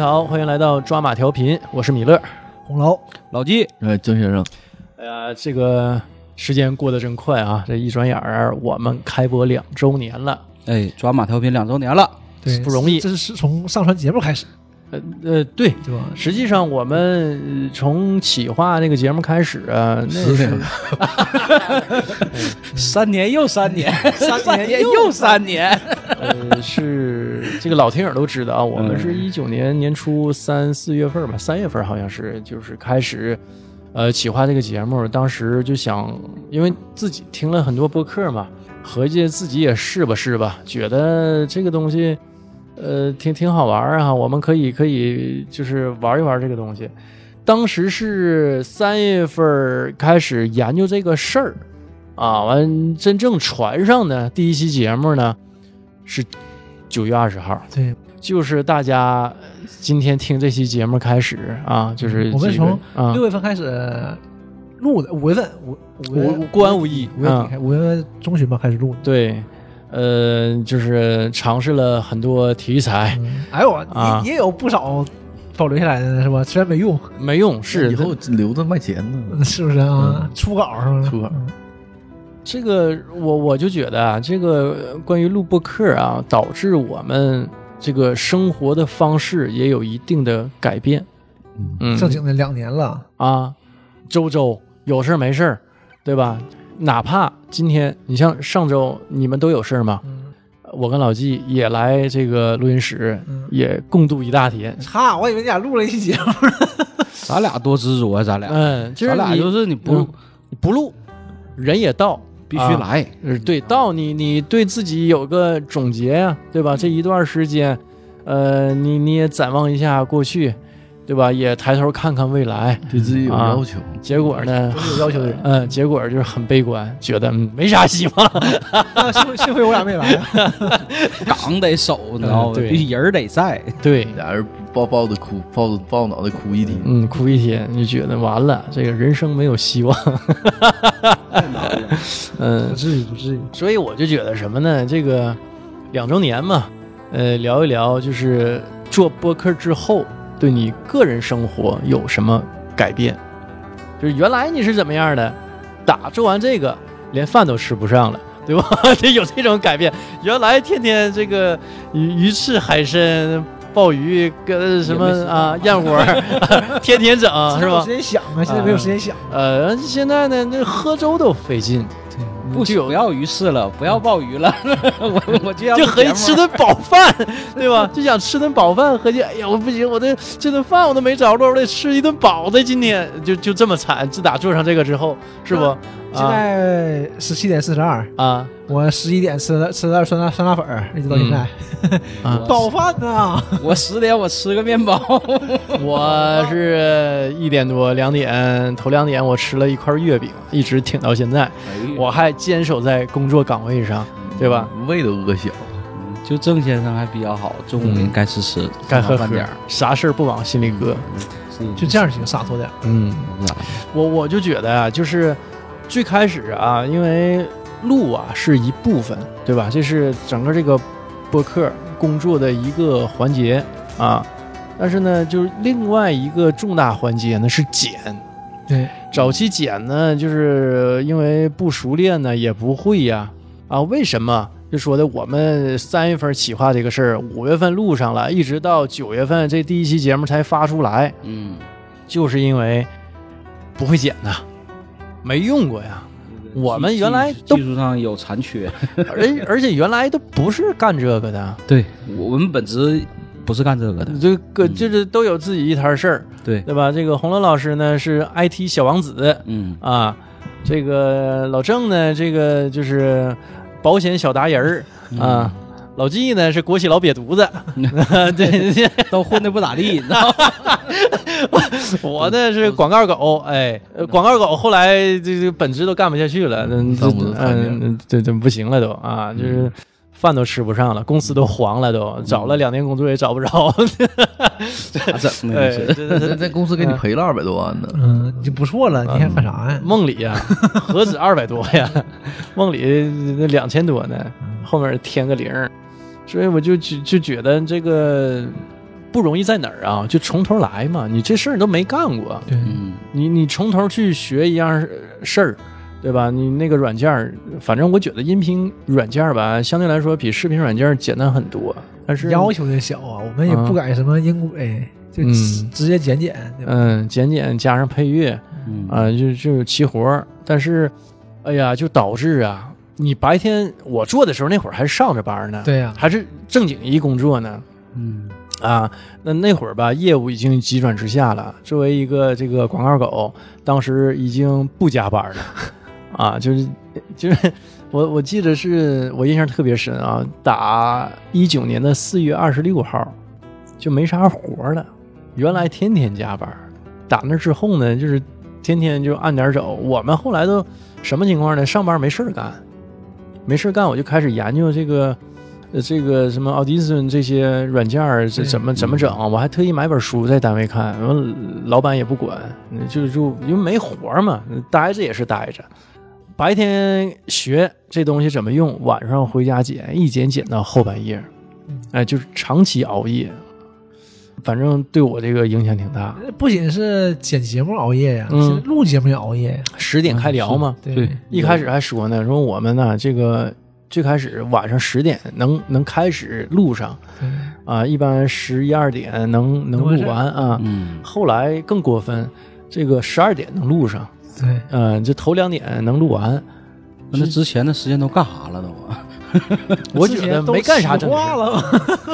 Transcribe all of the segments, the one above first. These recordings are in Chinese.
好，欢迎来到抓马调频，我是米勒。红楼，老纪，呃，曾先生，哎呀，这个时间过得真快啊！这一转眼儿，我们开播两周年了。哎，抓马调频两周年了，对，不容易这是从上传节目开始，呃呃，对，对吧？实际上我们呃从企划那个节目开始啊，那是三年又三年，三年又三年，呃是这个老听友都知道啊，我们是一九年年初三四月份吧，三月份好像是就是开始。呃，企划这个节目，当时就想，因为自己听了很多播客嘛，合计自己也试吧试吧，觉得这个东西，呃，挺挺好玩儿啊，我们可以可以就是玩一玩这个东西。当时是三月份儿开始研究这个事儿，啊，完真正传上呢，第一期节目呢是九月二十号，对，就是大家呃今天听这期节目开始啊，就是嗯我们几个从啊六月份开始录的，五月份，五五月五过完五一五月啊底嗯开，五月中旬吧开始录的。对，呃，就是尝试了很多题材，嗯哎呦，啊也也有不少保留下来的呢，是吧？虽然没用， 没用，是以后留着卖钱呢。是不是啊？初稿是吧？初稿嗯这个我我就觉得啊，这个关于录播课啊，导致我们这个生活的方式也有一定的改变。嗯，正经的两年了，啊，周周有事儿没事儿，对吧？哪怕今天你像上周你们都有事儿吗？嗯我跟老纪也来这个录音室，嗯，也共度一大天。哈，我以为你俩录了一期节目， 咱俩多执着啊，咱俩，嗯，就是咱俩你就是你不嗯不录，人也到，必须啊来，嗯呃，对，到你你对自己有个总结呀、对嗯吧？这一段时间，呃，你你也展望一下过去，对吧？也抬头看看未来。对自己有要求，结果呢？有要求的人。 嗯、结果就是很悲观，觉得嗯没啥希望。 啊幸幸亏我俩没来啊，岗得守，你知嗯道吗？对必须人得在，对，俩人抱抱着哭，抱着抱脑袋哭一天。嗯，哭一天你就觉得完了，这个人生没有希望。嗯，至 于不 至于。所以我就觉得什么呢？这个两周年嘛，呃，聊一聊就是做播客之后对你个人生活有什么改变，就是原来你是怎么样的，打做完这个连饭都吃不上了。对吧？ 这有这种改变。原来天天这个鱼鱼翅、海参、鲍鱼跟什么也没吃饭啊燕窝儿， 天天整是没有吧时？间想啊，现在没有时间想。呃，现在呢，那喝粥都费劲，嗯不就有不要鱼翅了，不要鲍鱼了， 我我就要就合计节目吃顿饱 饭，对吧？就想吃顿饱饭，合计哎呀，我不行，我这这顿饭我都没着落，我得吃一顿饱的。今天就就这么惨，自打做上这个之后，是不？嗯现在十七点四十二，啊啊我十一点吃了吃了酸辣酸辣粉儿，一直到现在。啊！早饭呢？我十点我吃个面包，我是一点多两点，头两点我吃了一块月饼，一直挺到现在，嗯 我还坚守在工作岗位上，对吧？胃都饿小了，嗯就郑先生还比较好，中午嗯该吃吃，该喝喝饭点儿，，嗯啥事儿不往心里搁。就这样行，洒脱点儿。嗯，我我就觉得啊，就是最开始啊，因为录啊是一部分，对吧？这是整个这个播客工作的一个环节啊。但是呢，就是另外一个重大环节呢是剪。对，早期剪呢，就是因为不熟练呢，也不会呀、啊。为什么？就说的我们三月份企划这个事儿，五月份录上了，一直到九月份这第一期节目才发出来。嗯，就是因为不会剪呐，没用过呀，我们原来技都技术上有残缺，而而且原来都不是干这个的，对我们本职不是干这个的，这个嗯就是都有自己一摊事儿，对，对吧？这个红楼老师呢是 IT 小王子嗯，啊，这个老郑呢，这个就是保险小达人儿啊。老纪呢是国企老瘪犊子，啊对对， 都混的不咋 地，你知道吗？我呢是广告狗，哎，呃广告狗后来这这本职都干不下去了，嗯，这当不得饭店嗯，这这不行了都啊，就是饭都吃不上了，公司都黄了都，找了两年工作也找不着， 咋整哎，的？这这是这在这在公司给你赔了二百多万呢。嗯，你就不错了，你还干啥呀？梦里呀，何止二百多呀，梦里那两千多呢，后面添个零儿，所以我就就就觉得这个不容易在哪儿啊？就从头来嘛，你这事儿你都没干过，对，嗯，你你从头去学一样事儿，对吧？你那个软件儿，反正我觉得音频软件儿吧，相对来说比视频软件儿简单很多。但是要求也小啊，我们也不敢什么音轨，就嗯直直接剪剪，对吧？嗯，剪剪加上配乐嗯啊、就就齐活儿。但是，哎呀，就导致啊，你白天我做的时候那会儿还上着班呢，对啊呀还是正经一工作呢。嗯啊，那那会儿吧，业务已经急转直下了。作为一个这个广告狗，当时已经不加班了，啊，就是就是我我记得是我印象特别深啊，打一九年的四月二十六号就没啥活儿了，原来天天加班，打那之后呢，就是天天就按点儿走。我们后来都什么情况呢？上班没事儿干，没事儿干我就开始研究这个。呃，这个什么 Audition 这些软件儿这对怎么怎么整？我还特意买本书在单位看，完了老板也不管，就就因为没活儿嘛，待着也是待着。白天学这东西怎么用，晚上回家剪，一剪剪到后半夜嗯，哎，就是长期熬夜，反正对我这个影响挺大。不仅是剪节目熬夜呀，嗯是录节目也熬夜呀，十点开聊嘛，对对，嗯一开始还说呢，说我们呢这个最开始晚上十点能能开始录上对啊，一般十一二点能能完事录儿完啊。嗯后来更过分，这个十二点能录上，对，嗯、这头两点能录完。那那之前的时间都干啥了都？我觉得没干啥正事话儿，了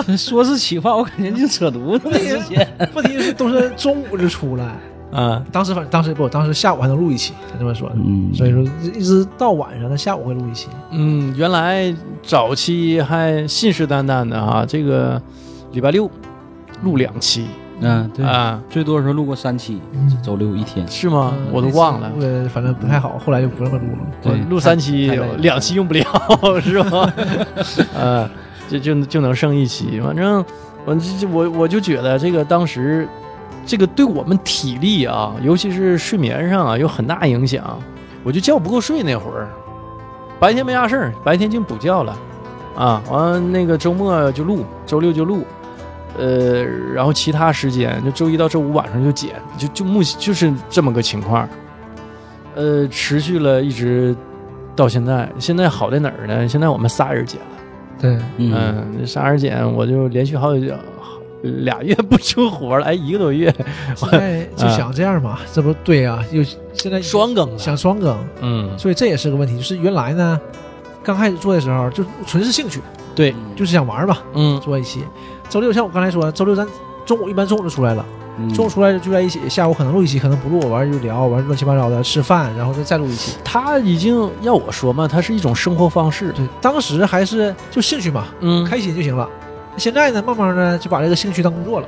嘛。 说是企划，我感觉就扯犊子 了。之前 问题是都是中午就出来，啊，当时反正当时不，当时下午还能录一期，他这么说的。 嗯所以说一直到晚上，他下午会录一期。嗯，原来早期还信誓旦旦的啊，这个礼拜六录两期嗯，对，啊，最多的时候录过三期，周六一天。是吗？嗯啊我都忘了那次。录的反正不太好，后来就不那么录了。我对录三期太太累了两期用不了 是 吧？呃，就就就能剩一期，反正我这这我我就觉得这个当时这个对我们体力啊，尤其是睡眠上啊有很大影响。我就觉不够睡那会儿，白天没啥事儿，白天净补觉了啊。完了那个周末就录，周六就录。呃，然后其他时间就周一到周五晚上就剪，就就目就是这么个情况，呃，持续了一直到现在，现在好在哪儿呢？现在我们仨人剪了，对，嗯，嗯，这仨人剪，我就连续好几好 俩月不出活了，哎，一个多月，现在就想这样嘛，这不对啊，又现在双更了，想双更，嗯，所以这也是个问题。就是原来呢，刚开始做的时候就纯是兴趣，哎对，就是是想玩嘛，嗯做一期。周六像我刚才说的，周六咱中午一般中午就出来了，嗯嗯中午出来就聚在一起，下午可能录一期，可能不录，完就聊，完乱七八糟的吃饭，然后再再录一期。他已经要我说嘛，它是一种生活方式，对，当时还是就兴趣嘛，嗯，开心就行了。现在呢，慢慢呢就把这个兴趣当工作了，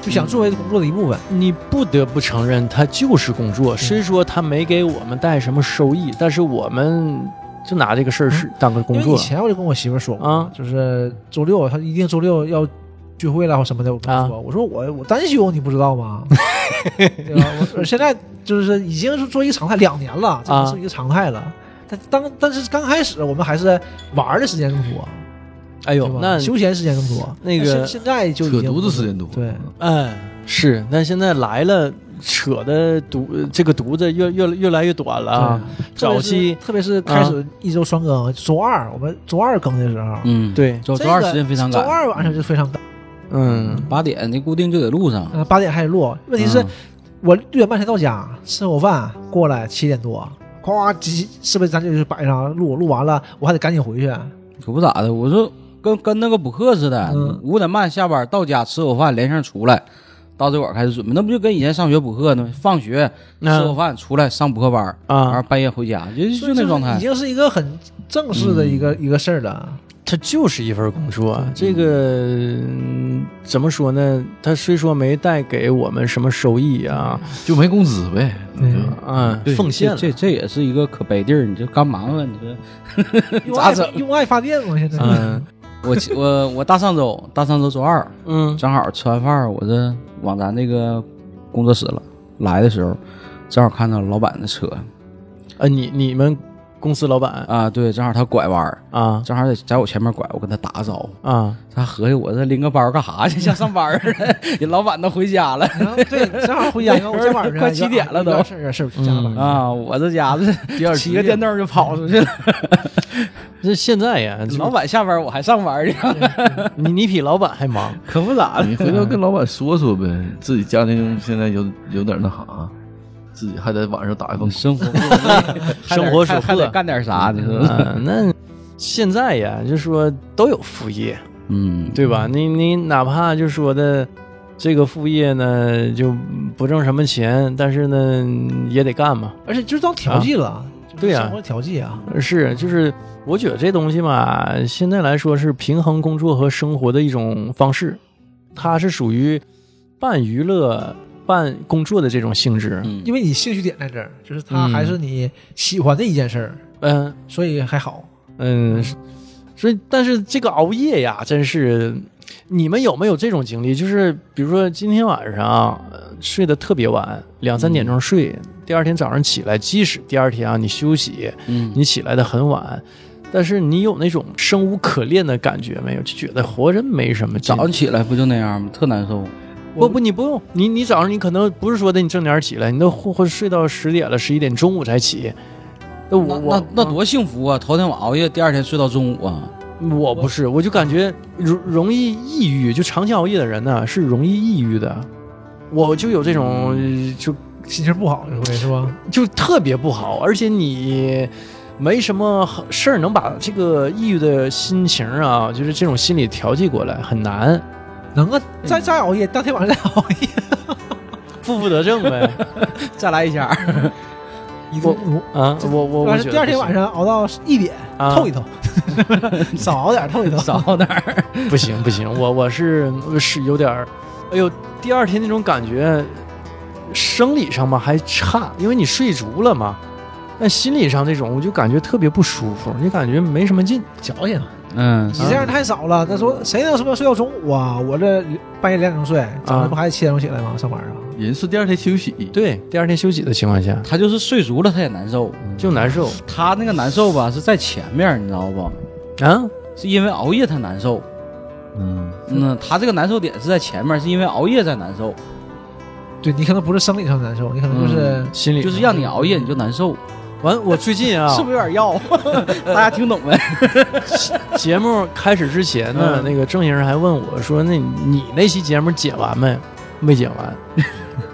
就嗯想作为工作的一部分。你不得不承认，它就是工作，虽说它没给我们带什么收益，但是我们就拿这个事儿是当个工因为以作前我就跟我媳妇儿说过，啊，就是周六她一定周六要聚会了或什么的。我跟她说，我说我我单休，你不知道吗？对吧？我我现在就是已经是做一个常态，两年了，这啊是一个常态了。但当但是刚开始我们还是玩儿的时间更多，哎对呦吧，？那休闲时间更多。那个但现现在就已扯经犊不子是时间多。嗯对，哎，是，但现在来了，扯的犊这个犊子越越越来越短了啊。特别早是期特别是开始一周双更，周二我们周二更的时候，嗯，对，周这周二个时间非常周赶，二晚上就非常赶，嗯八点你固定就得录上。呃，八点开始录。问题是嗯我六点半才到家，吃口饭过来七点多，夸急，是不是咱就摆上录？录完了我还得赶紧回去。啊可不咋的，我说跟跟那个补课似的嗯，五点半下班到家吃口饭，连声出来，到这会儿开始准备，那不就跟以前上学补课呢？放学吃嗯口饭出来上补课班，然后啊，半夜回家，就就那状态已。经是一个很正式的一个、一个事儿了。它就是一份工作。啊这个嗯怎么说呢？它虽说没带给我们什么收益啊，就没工资呗，对就嗯对，奉献了。这这这也是一个可悲地儿。你这干嘛呢？你说用爱咋整用爱发电嘛，现在。嗯我我我大上周大上周周二 嗯正好吃完饭儿，我这往咱那个工作室了来的时候，正好看到老板的车，啊，你你们公司老板啊，对，正好他拐弯儿，啊正好在在我前面拐，我跟他打个招呼。啊，他合计我这拎个包干啥去？像 上班儿似的，人老板都回家了然后对，正好回家，然后我今晚上快七点了都有点事儿有点事儿，加班嗯了。啊！我这家子第二骑个电动，动就跑出去了。这现在呀， 老板下班我还上班呢，你你比老板还 忙， 可不咋的。你回头跟老板说说呗，自己家庭现在有有点那啥，自己还得晚上打一份工。生活生活所还得迫。干点啥呢？是吧？嗯，那现在呀，就说都有副业，嗯，对吧？你你哪怕就说的这个副业呢，就不挣什么钱，但是呢也得干嘛。而且就是当调剂了，就是对呀生活调剂啊，是，就是我觉得这东西吧，现在来说是平衡工作和生活的一种方式，它是属于半娱乐半工作的这种性质。嗯因为你兴趣点在这儿，就是它嗯还是你喜欢的一件事儿，嗯所以还好。嗯，所以但是这个熬夜呀，真是你们有没有这种经历？就是比如说今天晚上啊呃睡得特别晚，两三点钟睡，第二天早上起来，即使第二天啊你休息，嗯你起来的很晚。但是你有那种生无可恋的感觉没有？就觉得活着没什么劲。早上起来不就那样吗？特难受。不不，你不用，你你早上你可能不是说的你正点起来，你都或或睡到十点了、十一点，中午才起。那那我那我那多幸福啊！头天我熬夜，第二天睡到中午啊。嗯我不是，我就感觉容容易抑郁，就长期熬夜的人呢是容易抑郁的。我就有这种，就心情不好这回是吧？就特别不好，而且你没什么好事儿能把这个抑郁的心情啊，就是这种心理调剂过来很难，能啊，再再熬夜，当天晚上再熬夜，负负得正呗。再来一家，一路不如。 啊，我我我但觉是得第二天不晚行上熬到一点，啊透一 透，少熬点，透一透。早 点儿。不行不行，我我是是有点儿，哎呦，第二天那种感觉，生理上嘛还差，因为你睡足了嘛，但心理上这种我就感觉特别不舒服，你感觉没什么劲。矫情，嗯你这啊样太少了。他说谁能他妈睡到中午啊？我这半夜两点钟睡，早啊上不还七点钟起来吗？上班啊？人是第二天休息，对，第二天休息的情况下他就是睡足了，他也难受。就难受他那个难受吧，是在前面，你知道不？啊，是因为熬夜他难受。嗯，嗯，他这个难受点是在前面，是因为熬夜在难受，对你可能不是生理上难受，你可能就是心里就是让你熬夜你就难受，完。我最近 啊，是不是有点药？大家听懂没？节目开始之前呢，嗯那个郑先生还问我说：“那你那期节目剪完没？”没剪完，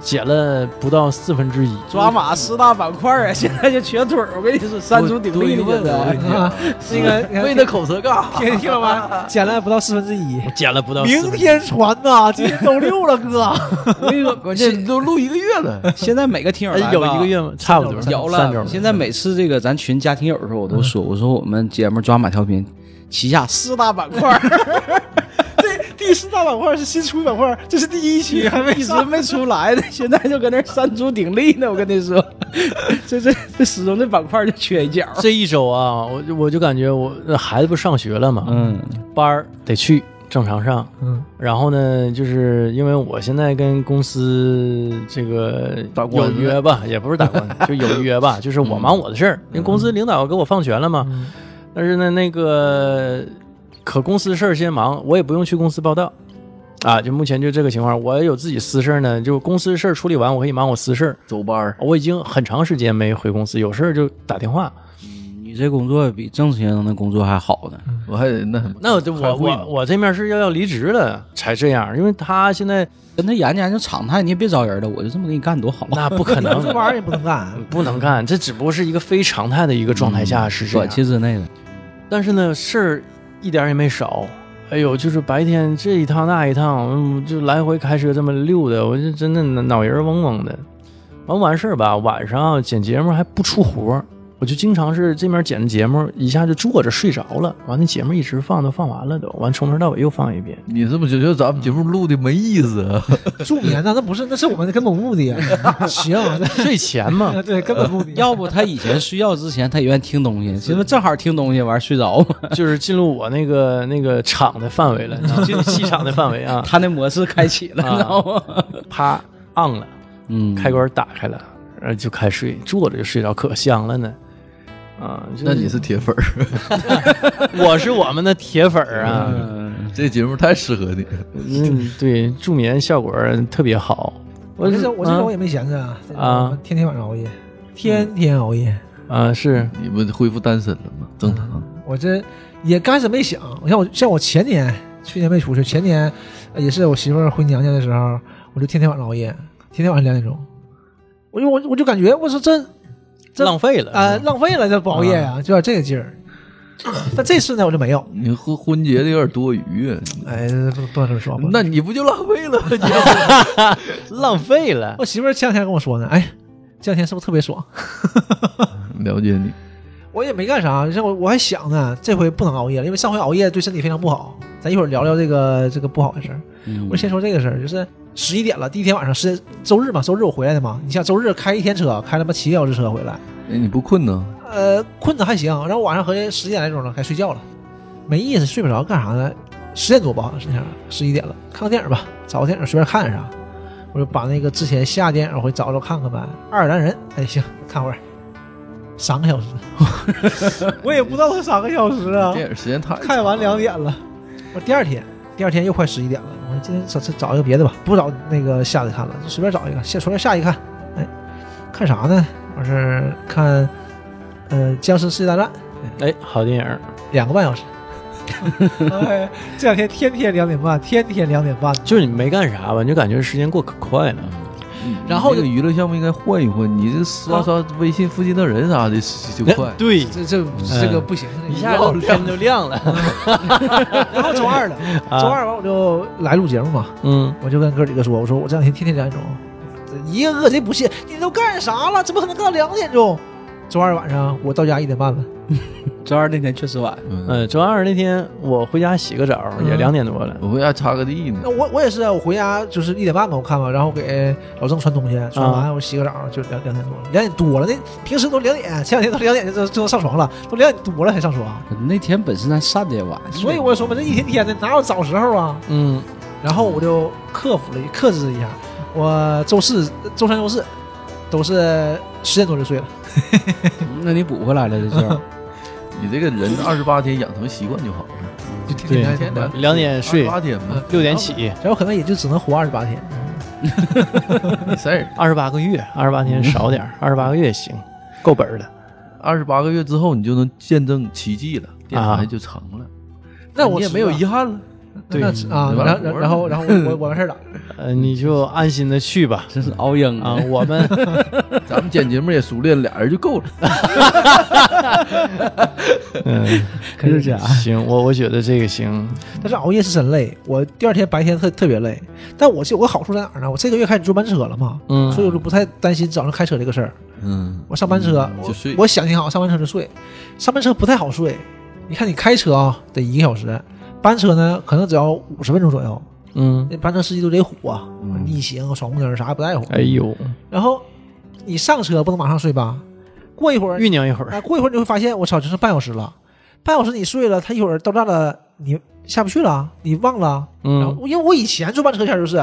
剪了不到四分之一。 抓马四大板块啊，现在就瘸腿儿，我跟你说，删除顶力多一了问我跟你 的。讲啊，那 个为了口舌尬，听听了吗？减了不到四分之一。剪了不到四分明之一。天传呐，今天周六了，哥。 我跟你说，关键都录一个月了，现在每个听友来哎，吧有一个月吗？差不多有三周了。。现在每次这个咱群加听友的时候，我嗯都说，我说我们节目抓马调频旗下四大板块儿 第四大板块是新出板块，这是第一期，还没 一直没出来 的，现在就搁那儿三足鼎立呢。我跟你说， 这这这始终这板块儿就缺一角。这一周啊，我就我就感觉我那孩子不上学了嘛，嗯班儿得去正常上。嗯，然后呢，就是因为我现在跟公司这个打官有司约吧，也不是打官司，就有约吧，就是我忙我的事儿，因为公司领导给我放权了嘛。但是呢，那个可公司事儿先忙，我也不用去公司报道。啊，就目前就这个情况，我有自己私事儿呢，就公司事儿处理完，我可以忙我私事儿。走班儿，我已经很长时间没回公司，有事儿就打电话。你这工作比郑先生的工作还好呢。嗯我还得那什么，那我我我我这面是要要离职了才这样，因为他现在跟他研究研究常态，你也别招人了，我就这么给你干多好。啊那不可 能，这玩意儿也不能干。 不能干，这只不过是一个非常态的一个状态下是啊这短样。期之 内的，但是呢，事儿一点儿也没少。哎呦，就是白天这一趟那一趟，嗯，就来回开车这么溜达，我就真的脑仁儿嗡嗡的。完完事儿吧，晚上剪节目还不出活儿，我就经常是这面剪着节目，一下就坐着睡着了。完那节目一直放都放完了都，完从头到尾又放一遍。你是不是觉得咱们节目录的没意思啊？助眠呢？那不是，那是我们的根本目的。啊行，睡前嘛，那 对根本目的。要不他以前睡觉之前他也愿意听东西，现在正好听东西完睡着嘛，就是进入我那个那个场的范围了，啊进入气场的范围啊， 他那模式开启了，啊你知道吗？啪 on 了，嗯开关打开了，然后就开睡，坐着就睡着，可香了呢。啊，就是 那你是铁粉儿， 我是我们的铁粉儿啊，嗯嗯这节目太适合你了。嗯，对，助眠效果特别好。我这是我这种也没闲着啊，嗯这种啊天天晚上熬夜，天天熬夜。啊是你不恢复单身了吗？正常。我这也刚开始没想，像我像我前年、去年没出去，前年呃也是我媳妇儿回娘家的时候，我就天天晚上熬夜，天天晚上两点钟，我就我我就感觉我说这这浪费了嗯呃是吧浪费了这不熬夜呀、就有点这个劲儿。但这次呢，我就没有，你婚婚结的有点多余啊，哎，不不能这么说吧。那你不就浪费 了？你浪费了我媳妇儿前两天跟我说呢，哎，这两天是不是特别爽？了解你，我也没干啥，像我我还想呢，这回不能熬夜了，因为上回熬夜对身体非常不好。咱一会儿聊聊这个这个不好的事儿。嗯我先说这个事儿，就是十一点了，第一天晚上是周日嘛，周日我回来的嘛。你像周日开一天车，开他妈七个小时车回来，哎你不困呢？呃，困的还行。然后晚上合计十点来钟了，该睡觉了，没意思，睡不着干啥呢？十点多吧，好像是那样，十一点了，看个电影吧，找个电影随便看啥。我就把那个之前下电影我回找找看看呗，《爱尔兰人》哎行，看会儿，三个小时， 我也不知道他三个小时啊，电影时间太长看完两点了，我第二天，第二天又快十一点了，我说今天找找一个别的吧，不找那个下的看了，就随便找一个，下随便下一看，哎，看啥呢？我是看，呃，僵尸世界大战哎，好电影儿两个半 小时。哎，这两天天天两点半，天天两点半。就是你没干啥吧，你就感觉时间过可快呢。嗯然后你这就个娱乐项目应该换一换，你这刷刷微信附近的人啥的就就快。 对，这这这个不行，一下子天就亮 了。 然后周二 了，周二完我就来录节目嘛，嗯，我就跟哥几个说，我说我这两天天天两点钟，一个个这不屑，你都干啥了？怎么可能干到两点钟？周二晚上我到家一点半了，周二那天确实晚，呃，周二那天我回家洗个澡，也嗯两点多了。我回家擦个地呢那，我我也是啊，我回家就是一点半吧，我看吧，然后给老郑穿东西，穿完我洗个澡就两两点多了，两点多了，那平时都两点，前两天都两点就就能上床了，都两点多了才上床，那天本身咱上的也晚，所以我说嘛，这一天天的哪有早时候啊？嗯，然后我就克服了，克制一下，我周四、周三、周四都是十点多就睡了。那你补回来了这是。 你这个人二十八天养成习惯就好了。就天对天天的，两点睡，八天嘛，六点 起，然后可能也就只能活二十八天。没事儿。二十八个月，二十八天少点儿，二十八个月也行，够本儿的。二十八个月之后，你就能见证奇迹了，电啊台就成了，那我你也没有遗憾了。那那对啊，对吧然后然后然后我我我完事儿了，呃，你就安心的去吧。真是熬鹰啊，！我们咱们剪节目也熟练，俩人就够 了。 嗯，可是这样行，我我觉得这个行，但是熬夜是真累，我第二天白天特特别累。但我就我好处在哪儿呢？我这个月开始坐班车了嘛，嗯所以我就不太担心早上开车这个事儿。嗯，我上班车，嗯我就睡我想挺好，上班车就睡。上班车不太好睡，你看你开车啊，得一个小时，班车呢可能只要五十分钟左右。嗯，那班车司机都得虎啊，嗯逆行、闯红灯啥也不在乎。哎呦，然后你上车不能马上睡吧？过一会儿酝酿一会儿啊，过一会儿你会发现，我操，只剩半小时了，半小时你睡了，他一会儿到站了，你下不去了，你忘了。然嗯，后因为我以前坐班车前就是，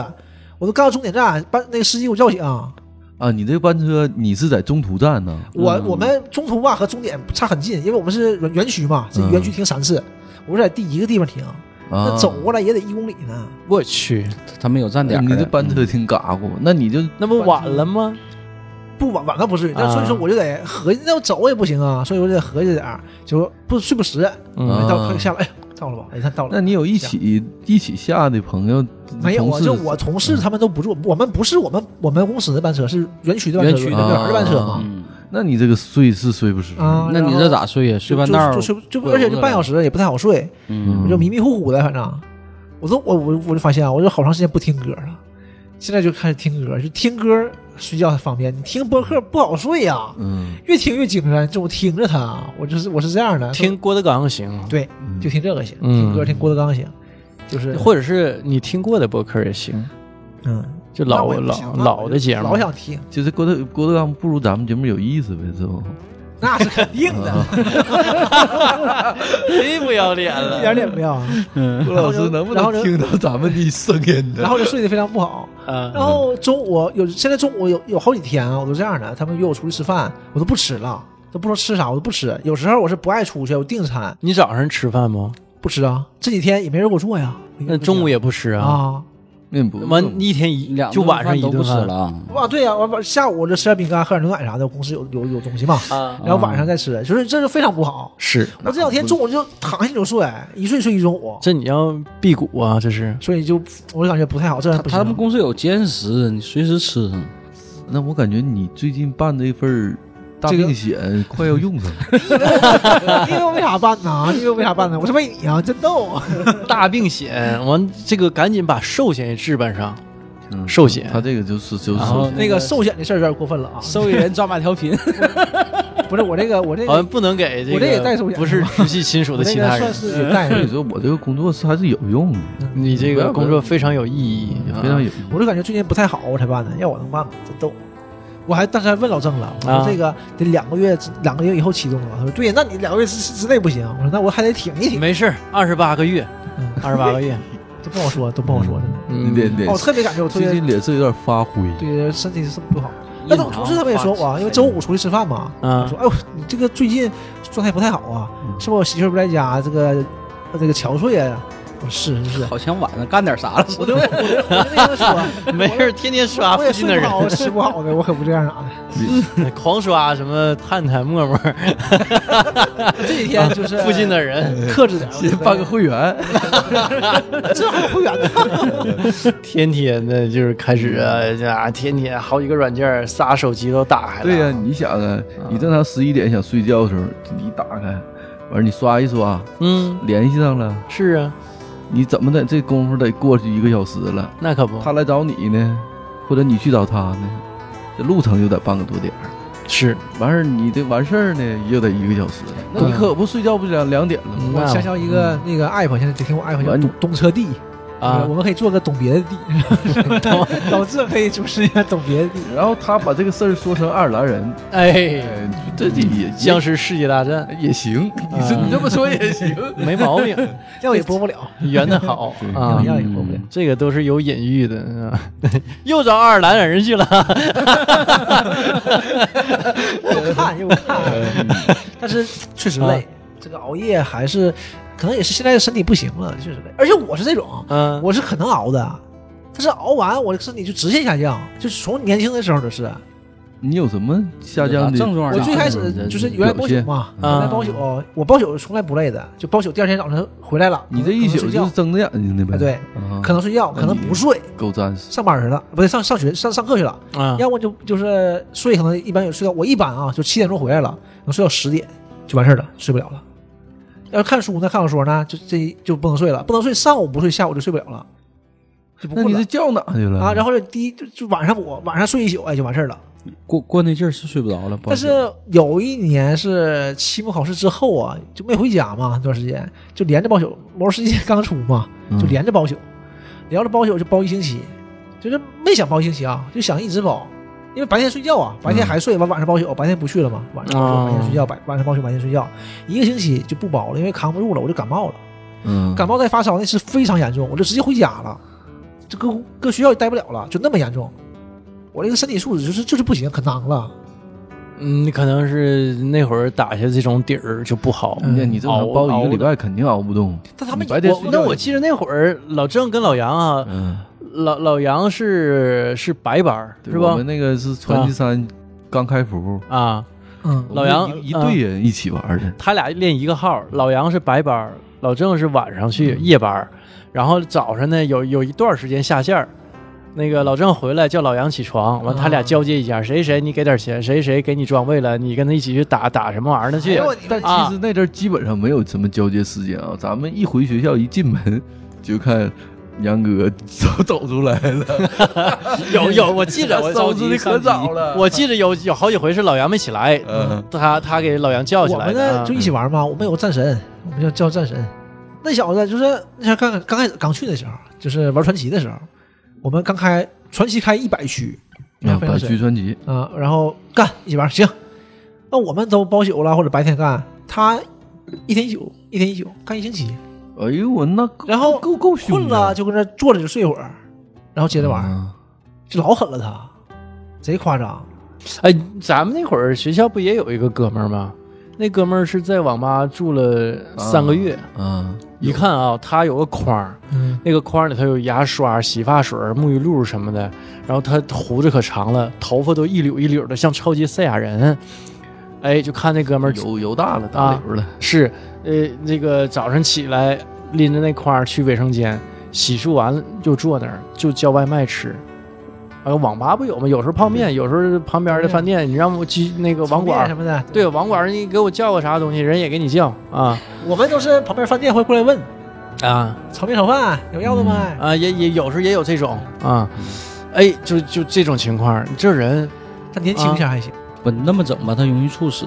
我都刚到终点站，班那个司机给我叫醒。嗯啊，你这个班车你是在中途站呢？我、我们中途啊吧和终点差很近，因为我们是园园区嘛，这嗯园区停三次，我是在第一个地方停，那啊，走过来也得一公里呢。我去，他们有站点儿哎的，你这班车挺嘎咕，那你就那不晚了吗？不晚晚倒不至于，那啊所以说我就得合计，那我走也不行啊，所以我就得合计点儿，就不睡不实，哎嗯啊到快下来，哎，到了吧？哎，看到了。那你有一起一起下的朋友没有啊，同事就我同事他们都不坐，我们不是我们我们公司的班车，是园区的班车，园区园的园的班车嘛。嗯，那你这个睡是睡不实啊，那你这咋睡呀？就睡半道儿就，就就会而且有就饿半小时也不太好睡，嗯我就迷迷糊糊的，反正我都我我我就发现啊，我就好长时间不听歌了，现在就开始听歌，就听歌睡觉方便，你听播客不好睡呀、嗯，越听越精神，就我听着它，啊我就是我是这样的，听郭德纲行，对，就听这个行，嗯听歌听郭德纲行，就是或者是你听过的播客也行，嗯，就那老我也不老行那我老就的节目，老想 听，就是郭德郭德纲不如咱们节目有意思呗，是不？那是肯定的，忒不要脸 一点儿也不要啊。郭老师能不然后能就听到咱们的声音 然 呢？后就睡得非常不好。啊！然后中午我有现在中午有有好几天啊，我都这样的。他们约我出去吃饭，我都不吃了，都不说吃啥，我都不吃。有时候我是不爱出去，我订餐你早上吃饭吗？不吃啊。这几天也没人给我做呀。那中午也不吃啊？嗯啊，面不完一天一两就顿晚上饭一都不顿吃饭了啊。哇，对呀、我晚下午我就吃点饼干，喝点牛奶啥的，公司有有有东西嘛，啊，然后晚上再吃，就是这是非常不好。是我这两天中午就躺下就睡，一睡睡一中午，这你要辟谷啊？这是所以就我就感觉不太好，这他人不行啊他们公司有节食，你随时吃。那我感觉你最近办这份儿大这个病险快要用 上 了，因为我为啥办呢？因为我为啥办呢？我是为你啊，真逗啊！大病险，完这个赶紧把寿险也置办上，嗯寿险他这个就是就是然后那寿险那个寿险的事儿有点过分了啊！受益人抓马调频， 不是我这个，我这好像个，不能给这我这也带寿个险不是直系亲属我的 这其个他人算。是也带所以人。说我这个工作是还是有用的，你这个工作非常有意义，啊非常有嗯我就感觉最近不太好，我才办的。要我能办吗？真逗。我还当时还问老郑了，我啊说这个得两个月之，两个月以后启动啊。他说对呀，那你两个月之之内不行。我说那我还得挺一挺。没事儿，二十八个 月，二十八个月，都不好说，都不好说，真的。嗯用，脸脸哦，我特别感觉我特最别近脸色有点发灰，对 身体是不好。但是我同事他们也说我啊， 因为周五出去吃饭嘛，我啊说，哎呦，你这个最近状态不太好啊，嗯是不是我媳妇儿不在家，这个呃这个憔悴呀？我说是 是是，好像晚上干点啥了似我的。就我就我就那个说，啊没事儿，天天刷我附也近的睡不人，好，我吃不好的，我可不这样啊 啥 狂刷什么探探、陌陌，的。这几天就是啊啊嗯附近的人， 克制点，我觉得办个会员，这还有会 员呢。天天的就是开始啊，这啊天天好几个软件儿，仨手机都打开了。对呀，你想啊，你正常十一点想睡觉的时候，你一打开，完了你刷一刷，嗯，联系上了，是啊，你怎么得这功夫得过去一个小时了？那可不他来找你呢，或者你去找他呢，这路程就得半个多点儿。是，完事儿你这完事儿呢，又得一个小时。那你可不睡觉不两两点了吗？我那想想一个那个 app，现在挺我 app 叫完懂懂车帝啊我，们可以做个懂别的 地，老郑可以主持一下懂别的地。然后他把这个事儿说成爱尔兰人，哎，哎，这这也僵尸世界大战啊也行，你说你这么说也行。 没毛病，要也播不 了，圆的好啊一。样也播不了。嗯这个都是有隐喻的，啊、 又找爱尔兰人去了。又看又看，但是确实累啊。这个熬夜还是，可能也是现在身体不行了，确实累。而且我是这种，嗯，我是很能熬的，但是熬完我的身体就直线下降，就是从年轻的时候就是。你有什么下降的症状？啊我最开始就是原来包宿嘛，嗯原来包宿，哦我包宿从来不累的，就包宿第二天早晨回来了，你这可一能宿睡就觉是，睁着眼睛的呗？哎对，啊，可能睡觉，可能不睡，够战士。上班去了，不对，上上学上上课去了，啊，嗯要么就就是睡，可能一般有睡到我一般啊，就七点钟回来了，能睡到十点就完事儿了，睡不了了。要是看书呢，看小说呢，就这就不能睡了，不能睡，上午不睡，下午就睡不了了，就不那困你了这觉哪去了啊。然后就第一就就晚上我晚上睡一宿，哎，就完事儿了。过过那劲儿是睡不着了。但是有一年是期末考试之后啊，就没回家嘛，那段时间就连着包宿，毛世界刚出嘛，嗯就连着包宿，聊着包宿就包一星期，就是没想包一星期啊，就想一直包，因为白天睡觉啊，白天还睡，完、晚上包宿，白天不去了嘛，晚上包宿，啊哦白天睡觉，白晚上包宿，白天睡觉，一个星期就不包了，因为扛不住了，我就感冒了，嗯，感冒再发烧那是非常严重，我就直接回家了，这搁搁学校也待不了了，就那么严重，我这个身体素质就是就是不行，可囊了。嗯，可能是那会儿打下这种底儿就不好。那你正常熬包一熬个礼的拜肯定嗯熬不动。但他们你白天我睡觉那也我记得那会儿老郑跟老杨啊，嗯，老老杨是是白班儿对是我吧们？那个是啊传奇山刚开服，啊，嗯，老杨我们一一队人一起玩的。他俩练一个号，老杨是白班儿，老郑是晚上去嗯夜班儿，然后早上呢有有一段时间下线儿。那个老郑回来叫老杨起床，完他俩啊交接一下，谁谁你给点钱，谁谁给你装备了，你跟他一起去打打什么玩意儿呢去？哎呦我但啊其实那阵儿基本上没有什么交接时间啊，咱们一回学校一进门就看杨哥早走出来了，有有，我记着，我 收拾的可早了。我记着有有好几回是老杨没起来，嗯他他给老杨叫起我来们的呢啊就一起玩嘛，我们有战神，我们叫叫战神。那小子就是那前刚刚开始刚去的时候，就是玩传奇的时候，我们刚开传奇开一百区，啊，非白常区神传奇，啊，然后干一起玩行。那我们都包宿了或者白天干，他一天一宿，一天一宿干一星期，哎呦我那够然后够够凶困了就跟那嗯坐着就睡一会儿，然后接着玩，啊就老狠了他，贼夸张。哎，咱们那会儿学校不也有一个哥们儿吗？那哥们儿是在网吧住了三个月，嗯啊，一看啊，他有个筐儿，嗯，那个筐儿里头有牙刷、洗发水、沐浴露什么的，然后他胡子可长了，头发都一绺一绺的，像超级赛亚人。哎，就看那哥们儿油油大了，大啊流了，是，呃，那个早上起来拎着那筐儿去卫生间，洗漱完了就坐那儿就叫外卖吃。啊，网吧不有吗？有时候泡面，有时候旁边的饭店，你让我去那个网面管什儿，么的，对，网管儿你给我叫个啥东西，人也给你叫啊我们都是旁边饭店会过来问啊炒面炒饭有要的吗？啊，也也有时候也有这种啊，哎，就就这种情况，这人他年嗯轻一下还行，不那么整吧，它容易猝死，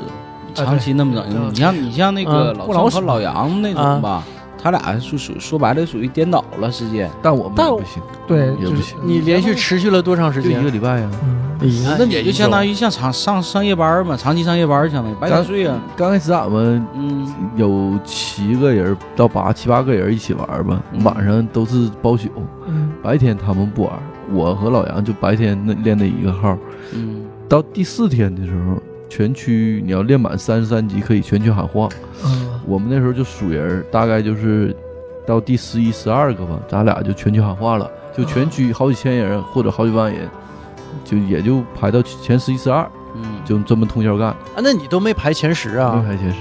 长期那么整。对你像你像那个嗯老不老郑死和老杨那种吧，他俩是属说白了属于颠倒了时间。但我们但也我不行，对，嗯也就不是行，你连续持续了多长时就一个间？哎礼拜呀。嗯，你看那也就相当于于像长上上夜班嘛，长期上夜班相当于白天咱睡啊呀。刚开始咱们嗯，有七个人到八七八个人一起玩吧，嗯晚上都是包宿，嗯白天他们不玩，我和老杨就白天那练那一个号，嗯，到第四天的时候，全区你要练满三十三级可以全区喊话，嗯我们那时候就数人儿，大概就是到第十一、十二个吧，咱俩就全区喊话了，就全区好几千人或者好几万人，就也就排到前十一、十二，嗯，就这么通宵干，啊，那你都没排前十没啊？排前十。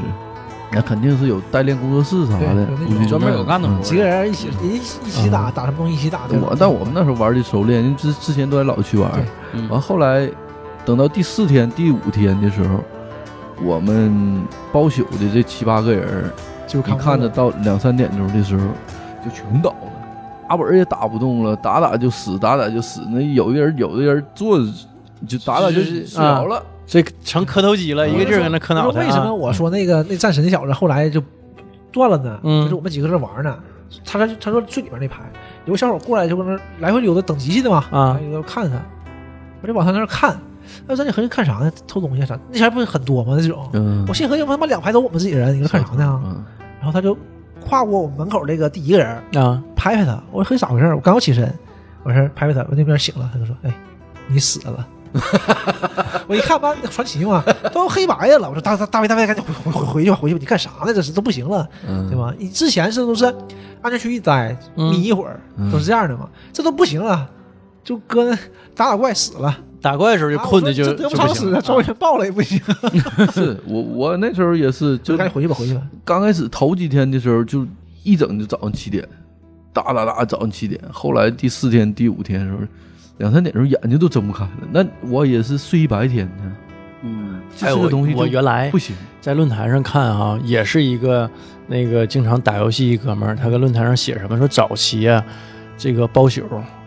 那肯定是有代练工作室啥对的有那，估种计专门有干的活嗯儿几个人一起一起一起打，打什么东西一起打。对吧我嗯但我们那时候玩的熟练，因为之之前都在老区玩对，嗯完后来等到第四天、第五天的时候，我们包宿的这七八个人儿，就你看着着到两三点钟的时候就全倒了，打本儿也打不动了，打打就死，打打就死。那有的人有的人坐着就打打就是睡着了，这成磕头机了，嗯一个劲儿搁那磕脑袋啊。为什么我说那个那战神那小子后来就断了呢？嗯就是我们几个在那玩呢，他说他说最里面那排有个小伙过来就搁那来回溜达等机器的嘛，啊有的看看，我就往他那儿看，哎，咱这合计看啥呢？偷东西啊啥？那前不是很多吗？那种，嗯我，心合计他妈两排都我们自己人，你搁这看啥呢？嗯然后他就跨过我们门口这个第一个人，哎啊拍拍他，我说嘿咋回事儿？我刚要起身，完事儿拍拍他，我那边醒了，他就说哎，你死了。 我一看吧，那传奇嘛， 都黑白的了。我说大大大卫大卫，赶紧回回回回去吧，回去吧，你干啥呢？这是都不行了，嗯，对？吧？你之前是都是安全区一待，嗯眯一会儿，嗯都是这样的嘛，这都不行了，就搁那打打怪死了，打怪的时候就困的就啊就我说这得不不偿行死，庄园爆了也不行，是我我那时候也是，就就赶紧回去吧，回去吧。刚开始头几天的时候就一整就早上七点，打打打早上七点。后来第四天、第五天的时候，两三点的时候眼睛都睁不开了。那我也是睡一白天呢，嗯这哎，个我东西我就原来不行。在论坛上看啊，也是一个那个经常打游戏一哥们儿，他搁论坛上写什么说早期啊，这个包宿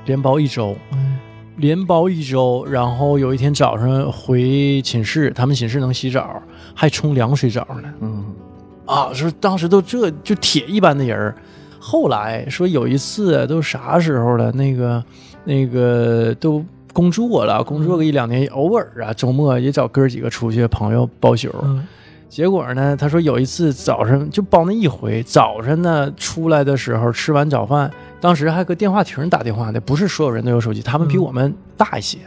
连包一周，嗯连包一周，然后有一天早上回寝室，他们寝室能洗澡，还冲凉水澡呢。嗯，啊，说当时都这就铁一般的人儿。后来说有一次都啥时候了，那个那个都工作了，工作个一两年，偶尔啊周末也找哥几个出去朋友包宿。嗯结果呢，他说有一次早上就包那一回，早上呢出来的时候吃完早饭，当时还搁电话亭儿打电话呢，不是所有人都有手机，他们比嗯我们大一些，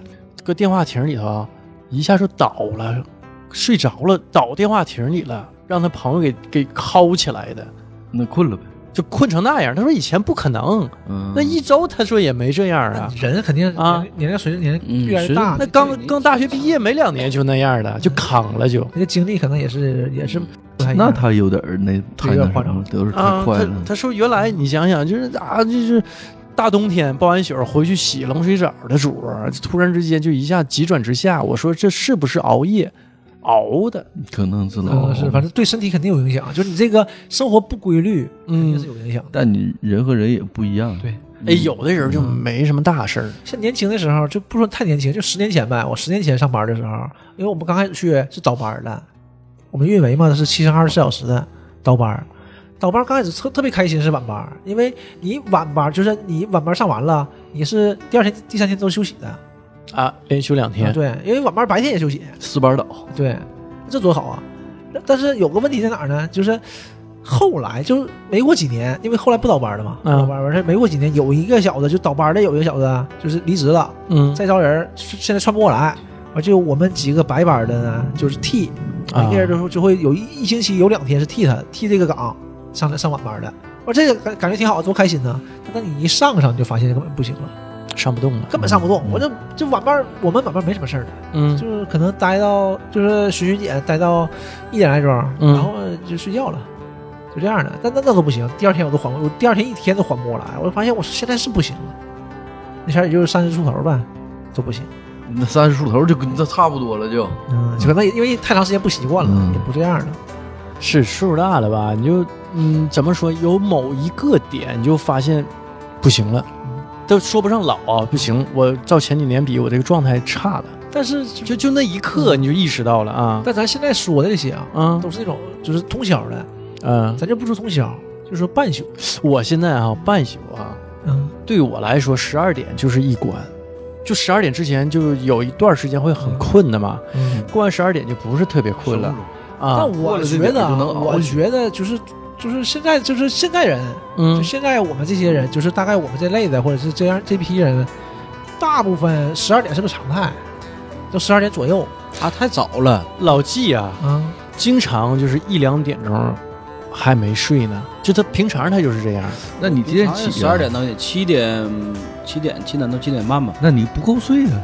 搁电话亭里头啊，一下就倒了，睡着了，倒电话亭里了，让他朋友给给铐起来的，那困了呗。就困成那样。他说以前不可能，嗯，那一周他说也没这样啊。人肯定啊年年龄随着年嗯龄越来越大，随那着刚刚大学毕业没两年就那样的，就扛了就那个经历可能也是也是不太一样那他有点儿那太有点那夸什么张了，都是太啊。快他了。嗯他说原来你想想就是啊，就是大冬天包完宿回去洗冷水澡的主儿，突然之间就一下急转直下。我说这是不是熬夜熬的？可能是可老哦能嗯是，反正对身体肯定有影响，就是你这个生活不规律，肯定嗯是，有影响的。但你人和人也不一样。对，哎，有的人就嗯没什么大事儿，像年轻的时候，就不说太年轻，就十年前呗。我十年前上班的时候，因为我们刚开始去是倒班的，我们运维嘛是七乘二十四小时的倒班。倒班刚开始特特别开心是晚班，因为你晚班就是你晚班上完了，你是第二天、第三天都休息的。啊，连休两天啊，对，因为晚班白天也休息。四班倒，对，这多好啊！但是有个问题在哪儿呢？就是后来就是没过几年，因为后来不倒班了嘛，嗯倒班完事儿没过几年，啊有一个小子就倒班的，有一个小子就是离职了，嗯再招人儿现在串不过来，完就我们几个白班的呢，就是替，啊每个人都就会有一一星期有两天是替他替这个岗上上晚班的。我这个感感觉挺好，多开心呢。但等你一上上，你就发现根本不行了，上不动了，根本上不动。嗯我这这晚班，我们晚班没什么事儿的，嗯就是可能待到就是寻寻姐待到一点来钟，嗯然后就睡觉了，就这样的。但那那都不行，第二天我都缓不，我第二天一天都缓不过来，我就发现我现在是不行了。那前儿也就是三十出头吧，都不行。那三十出头就跟这差不多了就，嗯，就可能也因为太长时间不习惯了，嗯也不这样了。是岁数大了吧？你就嗯，怎么说？有某一个点你就发现不行了，都说不上老啊，不行。我照前几年比，我这个状态差了。嗯但是，就就那一刻你就意识到了啊，但咱现在说的这些啊，啊嗯都是那种就是通宵的，嗯，咱就不说通宵，就说半宿。我现在啊半宿啊，嗯，对我来说十二点就是一关，就十二点之前就有一段时间会很困的嘛，过完十二点就不是特别困了啊但。我觉过了这点得就啊，能熬我下去觉得就是就是现在就是现在人，就嗯现在我们这些人，就是大概我们这类的，或者是这样这批人，大部分十二点是个常态，都十二点左右他太早了，老纪啊，啊。经常就是一两点钟还没睡呢，就他平常他就是这样。那你今天起十二点？到七点七点七点到七点半吧，那你不够睡啊？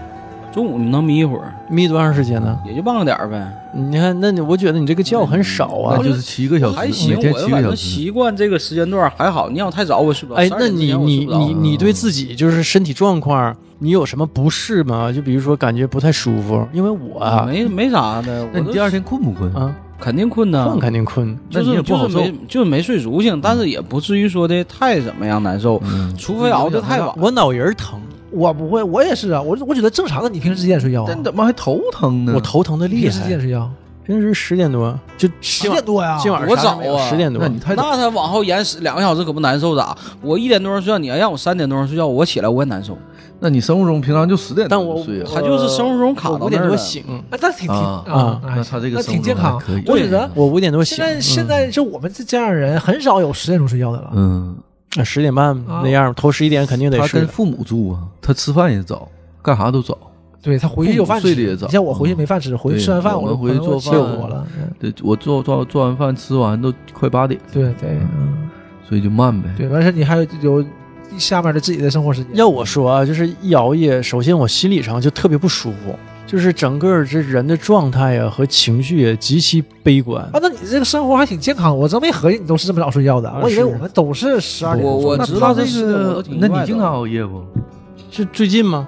中午你能眯一会儿，眯多长时间呢？也就半个点儿呗。你看，那你我觉得你这个觉很少啊那。就是七个小时，还行，每天我七反个正小时。习惯这个时间段还好。你要太早我也睡不着。哎， 12那点之你前我你睡不着你你对自己就是身体状况，你有什么不适吗？就比如说感觉不太舒服，因为我啊没没啥的，我那你都第二天困不困？啊肯定困呐困，肯定困，那就你是也不好就是受。没就是没睡足性，但是也不至于说的太怎么样难受，嗯除非熬得太晚。我脑仁儿疼，我不会，我也是啊，我我觉得正常的，你平时几点睡觉啊但？怎么还头疼呢？我头疼的你厉平时几害点。睡觉？平时十点多就十今晚点多呀。今晚多早啊十点多那。你太早那他往后延十两个小时可不难受咋？我一点多钟睡觉，你要让我三点多钟睡觉，我起来我也难受。那你生物钟平常就十点但多我睡啊？他就是生物钟卡我到五那点儿多了。醒，啊，那挺挺啊嗯啊，那他这个那生活挺健康还可以。嗯我觉得我五点多醒现。在现在就我们这这样人，很少有十点钟睡觉的了。嗯，啊十点半那样，头十一点肯定得他睡跟了。父母住啊，他吃饭也早，干啥都早。对他回去有饭父母吃，睡得也早嗯你像我回去没饭吃，回去吃完饭对都我们回去可能都做六饭啊多了。嗯对，我做做做完饭吃完都快八点，对对嗯所以就慢呗。对，完事儿你还有有下面的自己的生活时间。要我说啊，就是一熬夜，首先我心理上就特别不舒服，就是整个这人的状态呀、和情绪也极其悲观。啊，那你这个生活还挺健康的，我真没合计你都是这么早睡觉的，啊我以为是我们都是十二点我钟。我那知他道这这个个，那你经常熬夜不？是最近吗？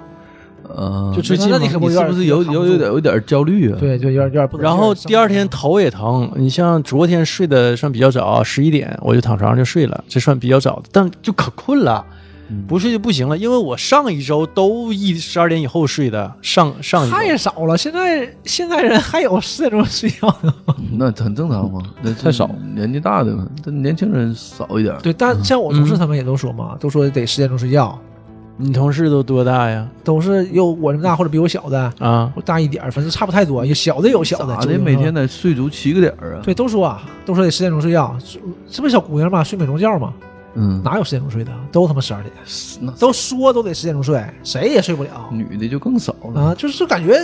呃，就最近那吗你可你不是点不是有扛有不有住点有点焦虑啊？，对，就有点有点不能接受。然后第二天头也疼，你像昨天睡得算比较早，十一点我就躺床上就睡了，这算比较早的，但就可困了，不睡就不行了。因为我上一周都一十二点以后睡的，上上一周太少了，现在现在人还有十点钟睡觉的。嗯那很正常嘛。那太少，年纪大的了，但年轻人少一点。对，但像我同嗯事他们也都说嘛，都说得十点钟睡觉，你同事都多大呀？都是有我这么大或者比我小的，啊，我大一点儿，反正差不太多，有小的有小的咋，九的？零每后天得睡足七个点儿啊？对都说啊，都说得十点钟睡觉，是是不是小姑娘嘛，睡美容觉嘛，嗯，哪有十点钟睡的？都他妈十二点，那都说都得十点钟睡，谁也睡不了女的就更少了嗯啊，，就是就感觉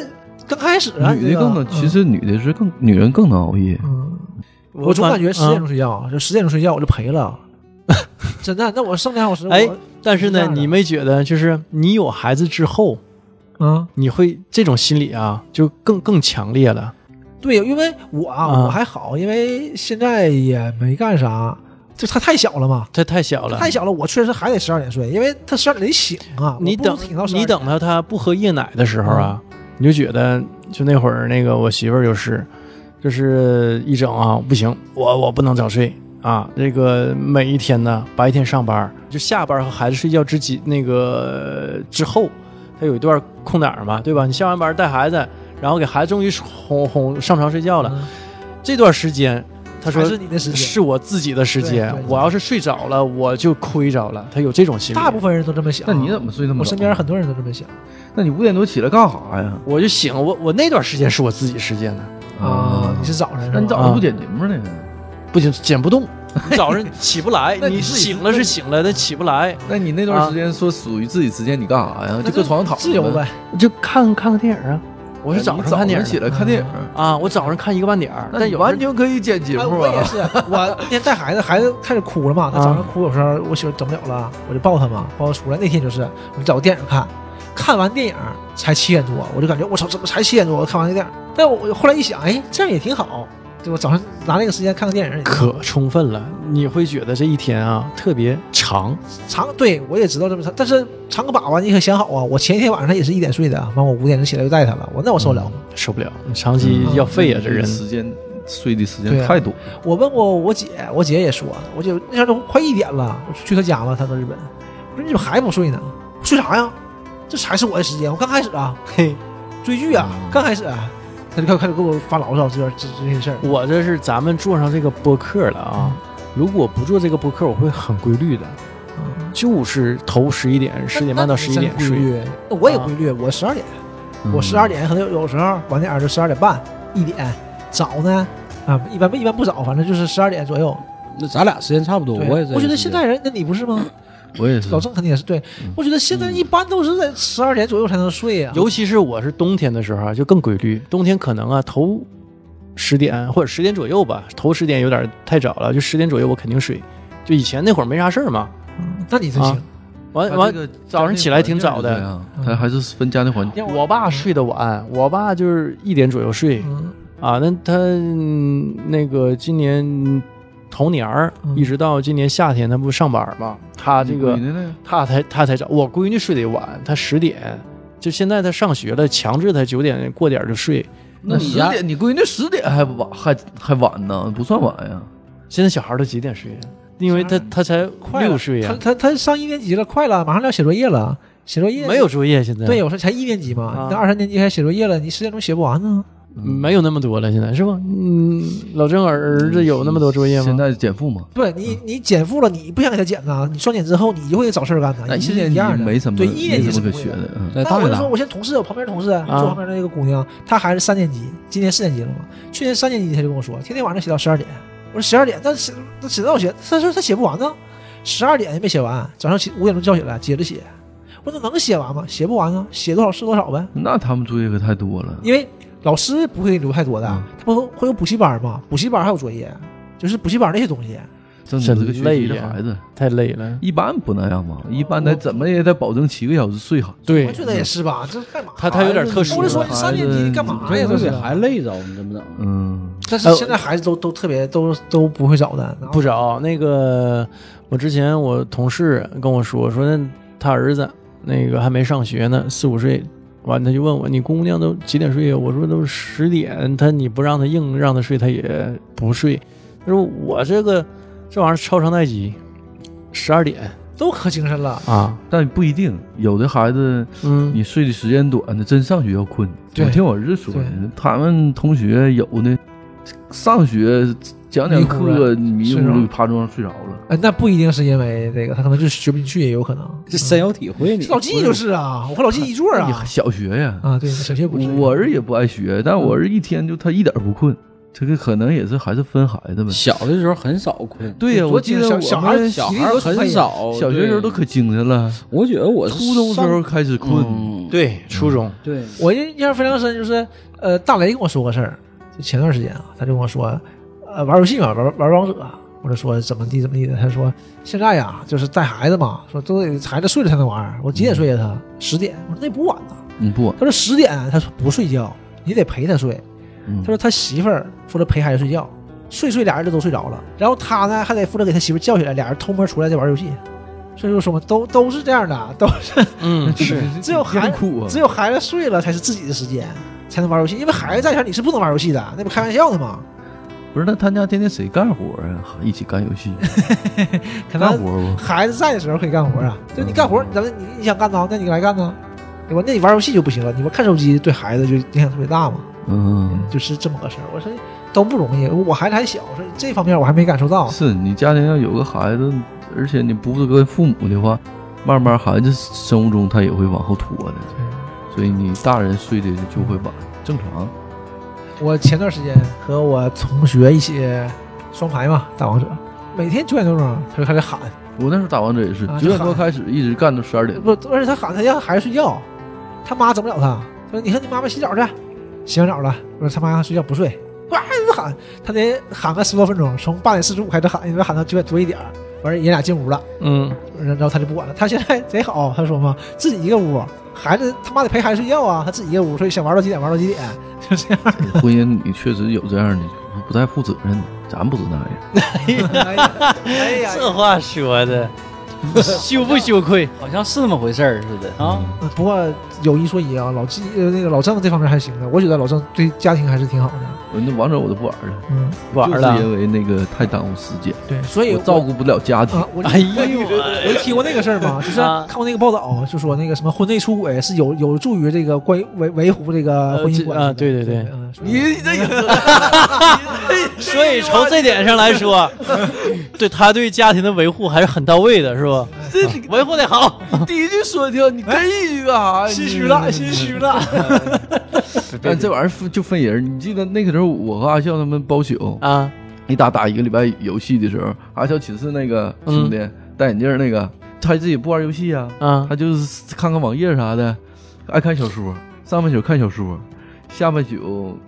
刚开始啊，女这的个更能，其实女的是更女人更能熬夜。嗯，我总感觉十点嗯钟睡觉，就十点钟睡觉我就赔了， 真的，那我剩两小时，哎我但是是这呢，样的你没觉得就是你有孩子之后，嗯啊，你会这种心理啊，就更更强烈了。对，因为我啊啊我还好，因为现在也没干啥，就他太小了嘛。他太小了，太小了，我确实还得十二点睡，因为他十二点得醒啊。你我不如等挺到12你点等到他不喝夜奶的时候啊，嗯你就觉得就那会儿那个我媳妇儿就是，就是一整啊不行，我我不能早睡啊，这个每一天呢白天上班就下班和孩子睡觉之际那个之后，他有一段空档嘛，对吧？你下完班带孩子，然后给孩子终于哄哄上床睡觉了，嗯这段时间他说还是你的时间。是我自己的时间对对，对我要是睡着了，我就亏着了。他有这种心理，大部分人都这么想。那你怎么睡那么我早身边很多人都这么想那你五点多起来干啥呀？我就醒，我我那段时间是我自己时间的，啊。你是早上是吧？那你早啊上不剪节目呢？不行，剪不动， 早上起不 来那，你你自己醒了是醒了，但起不来，那你那段时间说属于自己时间，你干啥呀？啊那就搁床上躺着自由呗。哎就看看个电影啊，我是早上看看电影起的来看电嗯影，啊，我早上看一个半点儿，那但你有时候完全可以剪节哎，目我也啊。是，我那天带孩子，孩子开始哭了嘛，他早上哭，有时候我媳妇整不了了，我就抱他嘛，抱他出来。那天就是我们找个电影看，看完电影才七点多，我就感觉我操，怎么才七点多？我看完那电影，但我我后来一想，哎，这样也挺好，对我早上拿那个时间看个电 影也挺好，可充分了，你会觉得这一天啊特别长。长，对我也知道这么长，但是长个粑粑，你可想好啊，我前一天晚上他也是一点睡的，啊完我五点钟起来就带他了，我那我受不了。受不了，长期要废啊，这人。嗯时间睡的时间对啊太多了，我问过我姐，我姐也说，我姐那时候都快一点了，我去她家嘛，她搁日本，我说你怎么还不睡呢？睡啥呀？这才是我的时间，我刚开始啊， 嘿，追剧啊，嗯刚开始、啊，她就开开始给我发牢骚，这边这这些事儿，我这是咱们做上这个播客了啊，如果不做这个播客，我会很规律的，嗯就是头十一点、十点半到十一点那你真规睡。啊嗯律，那我也规律，我十二点，我十二点可能有有时候晚点儿就十二点半一点，早呢啊一般一般不早，反正就是十二点左右。那咱俩时间差不多，对，我也在。我觉得现在人，那你不是 吗？我也是。老郑肯定也是对，我觉得现在一般都是在十二点左右才能睡啊呀、尤其是我是冬天的时候啊，就更规律。冬天可能啊，头十点或者十点左右吧，头十点有点太早了，就十点左右我肯定睡。就以前那会儿没啥事儿嘛，那你真行，啊完啊他完这个哎早上起来挺早的家庭环境是这样，他还是分家庭环境。我爸睡得晚，我爸就是一点左右睡嗯啊。那他嗯那个今年头年儿嗯一直到今年夏天，他不上班嘛，他这个你呢呢他才他才早。我闺女睡得晚，她十点，就现在她上学了，强制她九点过点儿就睡。那你十家点，你闺女十点还不晚，还还晚呢，不算晚呀。现在小孩儿都几点睡啊？因为他他才了六岁他呀，他他上一年级了，快了，马上要写作业了，写作业没有作业现在，对，有时候才一年级嘛，啊你到二三年级开始写作业了，你十点钟写不完呢。没有那么多了，现在是吧？嗯，老郑儿子有那么多作业现吗？在减负嘛，不是你你减负了，你不想给他减呐，你双减之后你就会找事儿干的，那你一是年啊一样级的，没什么，对，一年级是没什不么会可学的。的。呃嗯，在那大我学就说，打我现在同事，我旁边同事啊坐旁边的那个姑娘，她孩子三年级，今年四年级了嘛，去年三年级她就跟我说，天天晚上写到十二点。我说十二点，那写那写到写，她说她写不完呢，十二点也没写完，早上起五点钟叫起来接着写。我说那能写完吗？写不完啊，写多少是多少呗。那他们作业可太多了。因为老师不会留太多的，嗯他不会有补习班嘛？补习班还有作业，就是补习班那些东西。正真经这个学累习的呀孩子，太累了。一般不那样嘛，一般得怎么也得保证七个小时睡好。对我，觉得也是吧，这干嘛？他他有点特殊我就说了。你三年级干嘛呀？这这给是。孩子累着，你怎么整？啊嗯，呃但是现在孩子都都特别都都不会找的，不找那个，我之前我同事跟我说，说那他儿子那个还没上学呢，四五岁，完他就问我，你姑娘都几点睡啊？我说都十点，他你不让他硬让他睡，他也不睡。他说我这个这玩意儿超长待机，十二点都可精神了。啊，但不一定，有的孩子嗯，你睡的时间短的，真上学要困。对我听我儿子说对，他们同学有的上学讲讲课迷糊睡着了，趴桌上睡着了。哎，那不一定是因为这个，他可能就是学不进去，也有可能。这深有体会，你老纪就是啊，我和老纪一座哎呀啊小学呀，啊，对，小学不是嗯我儿子也不爱学，但我儿子一天就他一点儿不困，这个可能也是还是分孩子们。嗯小的时候很少困，对呀，嗯昨我记得小我小孩们小孩儿很少，小学时候都可精神了，对。我觉得我是初中时上候开始困。嗯对，初中对，我印象非常深，就是呃，大雷跟我说个事儿，就前段时间啊，他就跟我说，呃，玩游戏嘛，玩玩王者，啊我就说怎么地怎么地的，他说现在呀，就是带孩子嘛，说都得孩子睡了才能玩。我几点睡呀？啊他十点。我说那也不晚呐。嗯，不他，说十点，他说不睡觉，你得陪他睡。嗯他说他媳妇儿说他陪孩子睡觉，睡睡俩人就都睡着了，然后他呢还得负责给他媳妇儿叫起来，俩人偷摸出来再玩游戏。所以就说嘛，都都是这样的，都是嗯是只有孩真苦啊只有孩子睡了才是自己的时间，才能玩游戏。因为孩子在前你是不能玩游戏的，那不开玩笑的吗？不是，那他家天天谁干活啊？一起干游 戏，可干能活嗯不？孩子在的时候可以干活啊，就你干活，咱们你你想干呢，那你来干呢，对吧？那你玩游戏就不行了，你们看手机对孩子就影响特别大嘛，嗯，就是这么个事儿。我说都不容易，我孩子还小，所以这方面我还没感受到。是你家庭要有个孩子，而且你不是跟父母的话，慢慢孩子生物钟他也会往后拖的，所以你大人睡的就会晚，正常。我前段时间和我同学一起双排嘛，打王者，每天九点多钟他就开始喊，我那时候打王者也是啊九点多就喊开始，一直干到十二点。不，而且他喊他让孩子睡觉，他妈整不了他，他说你和你妈妈洗澡去，洗完澡了，我说他妈睡觉不睡，哇喊，他得喊个十多分钟，从八点四十五开始喊，一直喊到九点多一点儿，完了爷俩进屋了，嗯然后他就不管了。他现在贼好，他说嘛，自己一个屋，孩子他妈得陪孩子睡觉啊，他自己一个屋，所以想玩到几点玩到几点，就这样。婚姻里确实有这样的，不太负责任的，咱不是那样。哎呀这话说的，羞不羞愧？好像是那么回事儿似的啊。呃不过有一说一啊，老季呃那个老郑这方面还行的，我觉得老郑对家庭还是挺好的。我那王者我都不玩了，嗯，玩就了是，因为那个太耽误时间，对，所以我照顾不了家庭哎啊。，我哎呦我我提过那个事儿嘛，就是啊看过那个报道，就说那个什么婚内出轨是有有助于这个关于维维护这个呃婚姻这关系的啊对对对嗯所以你这所以从这点上来说， 对他对家庭的维护还是很到位的，是吧？啊这维护的好，第一句说的，你跟一句干啥 呀？心虚了，心虚了。但这玩意儿分就分人。你记得那个时候，我和阿笑他们包宿，啊，一打打一个礼拜游戏的时候，阿笑寝室那个兄弟戴眼镜儿那个，他自己不玩游戏啊，啊他就是看看网页啥的，爱看小说。上半宿看小说，下半 宿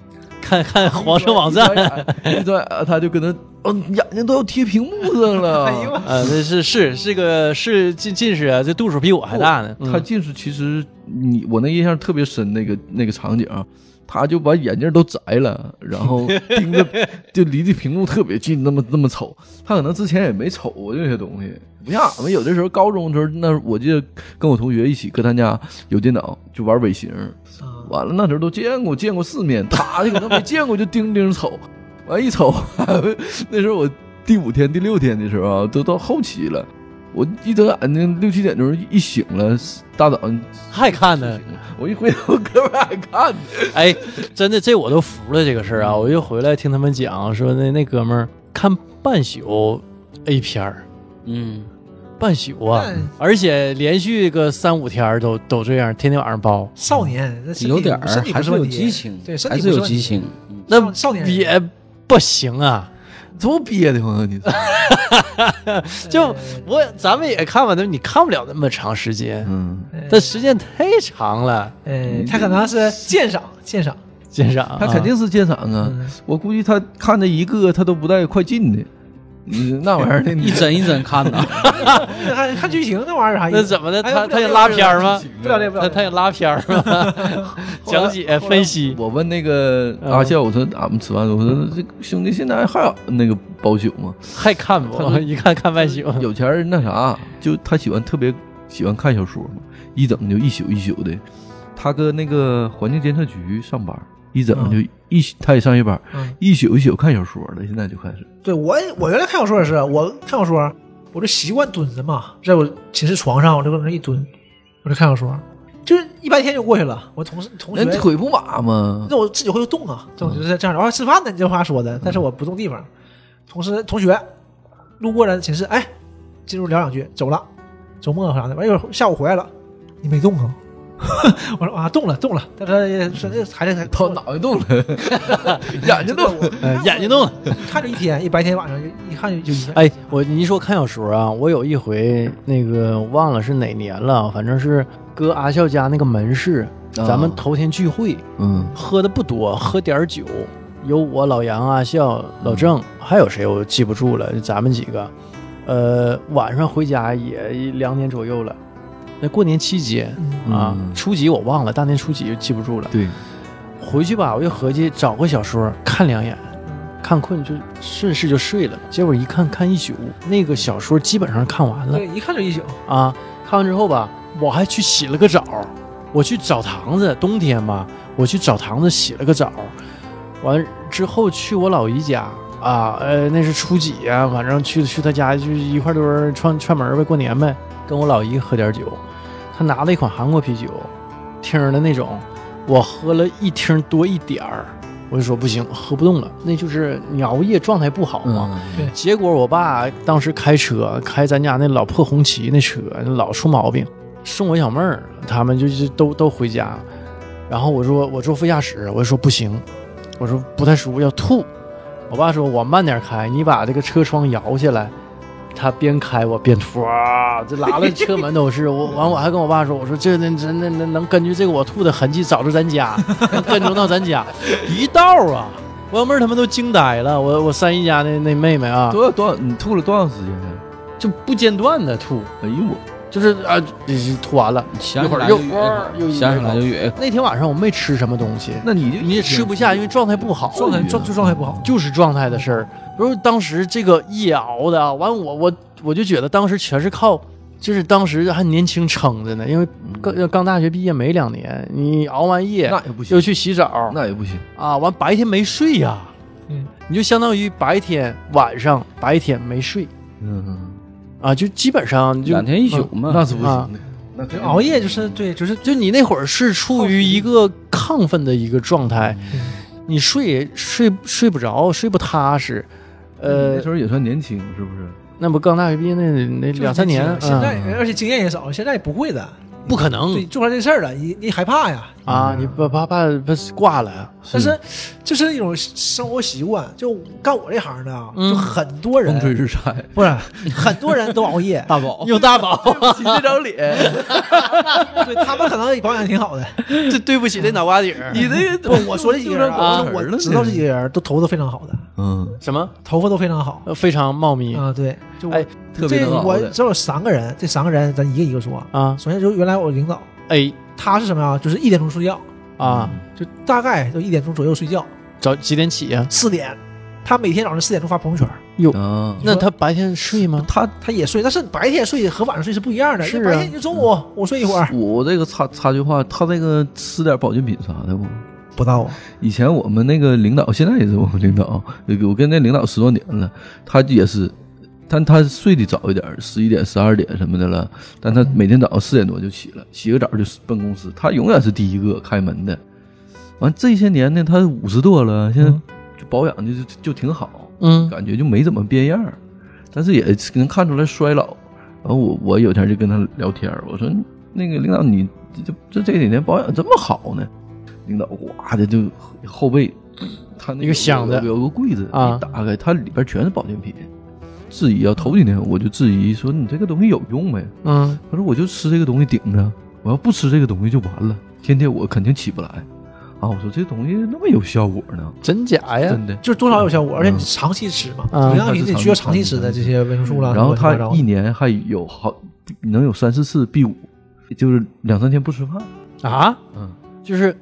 看啊看皇上网 站，一转眼他就跟他，嗯，眼睛都要贴屏幕上了。啊，这是是是个是近近视啊，这度数比我还大呢。嗯他近视其实你我那印象特别深，那个那个场景啊，他就把眼镜都摘了，然 后盯着就离这屏幕特别近，那么那么瞅。他可能之前也没瞅过这些东西，不像俺们有的时候高中的时候，那我记得跟我同学一起搁他家有电脑就玩尾行，啊完了那时候都见过见过世面，他就可能没见过就盯盯瞅，完一瞅， 那时候我第五天第六天的时候啊，都到后期了。我一睁眼睛六七点钟一醒了，大早上还看 呢，我一回头，哥们儿还看呢。哎，真的这我都服了这个事儿啊！我就回来听他们讲说那那哥们儿看半宿 A 片儿，嗯，半宿啊但，而且连续个三五天儿都都这样，天天晚上包。少年，那身体有点儿身体不还是问有题激情，对，身体还不是有问题激。情。嗯那少年人也不行啊！这么憋的慌啊你？就我咱们也看完的，你看不了那么长时间，嗯，但时间太长了，呃，哎他可能是鉴赏，鉴赏。先生啊。他肯定是鉴赏啊。嗯我估计他看那一个，他都不带快进的。嗯，那玩意儿的， 一你帧一帧看呐， 看看剧情那玩意儿啥意思？那怎么的？哎他不了他也解拉片儿吗？不了解不了他解。他也拉片儿 吗？讲解分析，我问那个嗯阿笑，我说俺们吃饭，我说这兄弟现在还有那个包宿吗？还看他不？说一看看半宿。 有钱人那啥，就他喜欢特别喜欢看小说嘛，一整就一宿一宿的。他跟那个环境监测局上班，一整就一宿他也上夜班嗯，一宿一宿看小说了。现在就开始。对我我原来看小说也是，我看小说我就习惯蹲着嘛，在我寝室床上我就搁那一蹲，我就看小说，就是一白天就过去了。我同事同学人，腿不麻吗？那我自己会动嗯啊，这种就是这样的。我、吃饭呢，你这话说的，但是我不动地方。同事同学路过了寝室，哎，进入聊两句，走了。周末啥的，完一会儿下午回来了，你没动啊？ 我说啊，动了动了，但是也是那还是头脑袋动了， 眼睛 动了。呃眼睛动了。看着一天，一白天晚上就一看就就一天。哎，我你一说看小说啊，我有一回那个忘了是哪年了，反正是搁阿笑家那个门市，啊咱们头天聚会，嗯，喝的不多，喝点儿酒，有我老杨、阿笑、老郑，还有谁我记不住了，咱们几个。呃，晚上回家也两点左右了，那过年期间嗯啊，嗯 初几我忘了，大年初几就记不住了。对，回去吧，我就合计找个小说看两眼，看困就顺势就睡了。结果一看看一宿，那个小说基本上看完了对，一看就一宿。啊。看完之后吧，我还去洗了个澡，我去澡堂子，冬天吧，我去澡堂子洗了个澡。完之后去我老姨家啊，呃，那是初几啊，反正去去她家就一块堆儿串串门儿呗，过年呗，跟我老姨喝点酒。她拿了一款韩国啤酒，听儿的那种，我喝了一听多一点儿，我就说不行，喝不动了，那就是你熬夜状态不好嘛。嗯，结果我爸当时开车，开咱家那老破红旗那车，老出毛病，送我小妹儿，他们就就都都回家。然后我说我坐副驾驶，我就说不行，我说不太舒服要吐。我爸说我慢点开，你把这个车窗摇下来，他边开我边吐，哇，这拉的车门都是。 我完我还跟我爸说，我说这那那那那能根据这个我吐的痕迹找着咱家，能跟踪到咱家，一道啊。我小妹儿他们都惊呆了，我我三姨家那那妹妹啊，多少多少？你吐了多长时间呢？就不间断的吐，哎呦我，就是啊，吐完了。想一起会来儿就又哕又一想起来就哕。那天晚上我没吃什么东西，那你就你也吃不下，因为状态不好，状态状就状态不好，就是状态的事儿。比如当时这个夜熬的啊，完我我我就觉得当时全是靠，就是当时还年轻撑着呢，因为刚刚大学毕业没两年，你熬完夜嗯那也不又行，去洗澡那也不行。啊，完白天没睡呀、嗯你就相当于白天晚上白天没睡嗯，啊，就基本上就两天一宿嘛，，那是不啊行的。那肯定熬夜就是对，就是就你那会儿是处于一个亢奋的一个状态，嗯你睡也睡睡不着，睡不踏实，那呃时，候也算年轻，是不是？那不刚大学毕业那那就是两三年，现在嗯而且经验也少，现在也不会的，不可能对，做出来这事儿了，你你害怕呀。啊！你怕怕怕怕挂 了，但是就是一种生活习惯，就干我这行的啊，就嗯很多人风吹日晒，不是很多人都熬夜 大宝有大宝， 洗这张脸，对他们可能保养得挺好的。这对不起这脑瓜顶儿。你 这不，我说这几个人啊，就就是我知道这几个人都头发都非常好的，嗯， 什么？头发都非常好呃非常茂密啊。对，就我哎特这别能熬我的。只有三个人，这三个人咱一个一个说啊。啊首先就是原来我领导， ！A 他是什么呀？就是一点钟睡觉，啊，就大概就一点钟左右睡觉，早几点起呀？四点。他每天早上四点钟发朋友圈，啊，那他白天睡吗？他他也睡，但是白天睡和晚上睡是不一样的。是啊白天你就中午我睡一会儿，我这个插插句话，他那个吃点保健品啥的不？不到啊。以前我们那个领导，现在也是我们领导， 我跟那领导十多年了，他也是，但他睡得早一点，十一点、十二点什么的了，但他每天早上四点多就起了，洗个澡就奔公司，他永远是第一个开门的。完这些年呢，他五十多了，现在嗯就保养的就就挺好，嗯感觉就没怎么变样儿，但是也能看出来衰老。然后我我有天就跟他聊天儿，我说那个领导你这这这几年保养这么好呢？领导哇的就后背，他那一个箱子有有个柜子，啊一打开它里边全是保健品。质疑啊，头几天我就质疑说你这个东西有用没？嗯，他说我就吃这个东西顶着，我要不吃这个东西就完了，天天我肯定起不来。啊，我说这东西那么有效果呢，真假呀？真的。就是多少有效果，而且你嗯长期吃嘛，啊营养品得需要长期吃的这些维生素啦。嗯然后乱七八他糟的一年还有好能有三四次 B 五，就是两三天不吃饭。啊，嗯，就是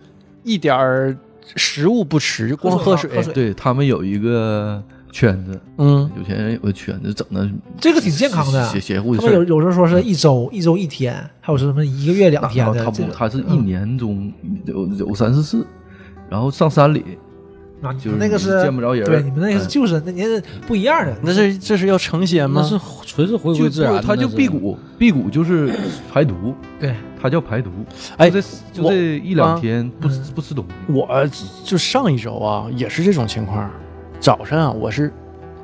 一点儿食物不吃，就光喝喝水喝水。水对他们有一个圈子，嗯有钱人有个圈子，整的这个挺健康的邪邪乎的他事们有儿。有时候说是一周一周一天，还有什么一个月两那天的他这不，个。嗯他是一年中有有三四次，然后上山里啊，你就们那是个你见不着人儿对，你们那个是嗯就是那您是不一样的，哎那这这是要成仙吗那？是纯是回就归自然不的，他就那是辟谷，辟谷就是排毒， 对，他叫排毒。哎就这就我这一两天不吃嗯不吃东西，我就上一周啊，也是这种情况。早上啊，我是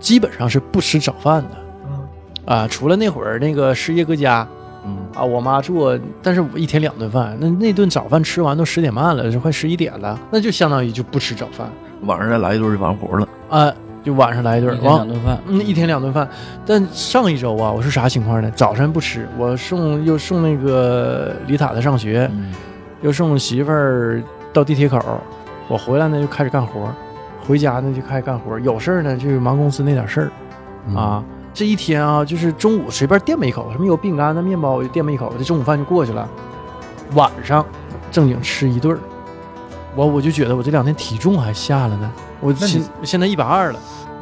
基本上是不吃早饭的嗯，啊，除了那会儿那个失业搁家嗯，啊，我妈做，但是我一天两顿饭，那那顿早饭吃完都十点半了，就快十一点了，那就相当于就不吃早饭晚上再来一顿就完活了。啊，就晚上来一一顿，天完两顿饭，嗯，一天两顿饭。但上一周啊，我是啥情况呢？早晨不吃，我送又送那个李塔塔上学，嗯又送媳妇儿到地铁口，我回来呢就开始干活，回家呢就开始干活，有事儿呢就忙公司那点事儿、嗯啊。这一天啊，就是中午随便垫吧一口，什么有饼干的、面包我就垫吧一口，这中午饭就过去了。晚上正经吃一顿儿，我我就觉得我这两天体重还下了呢，我那你现现在一百二了，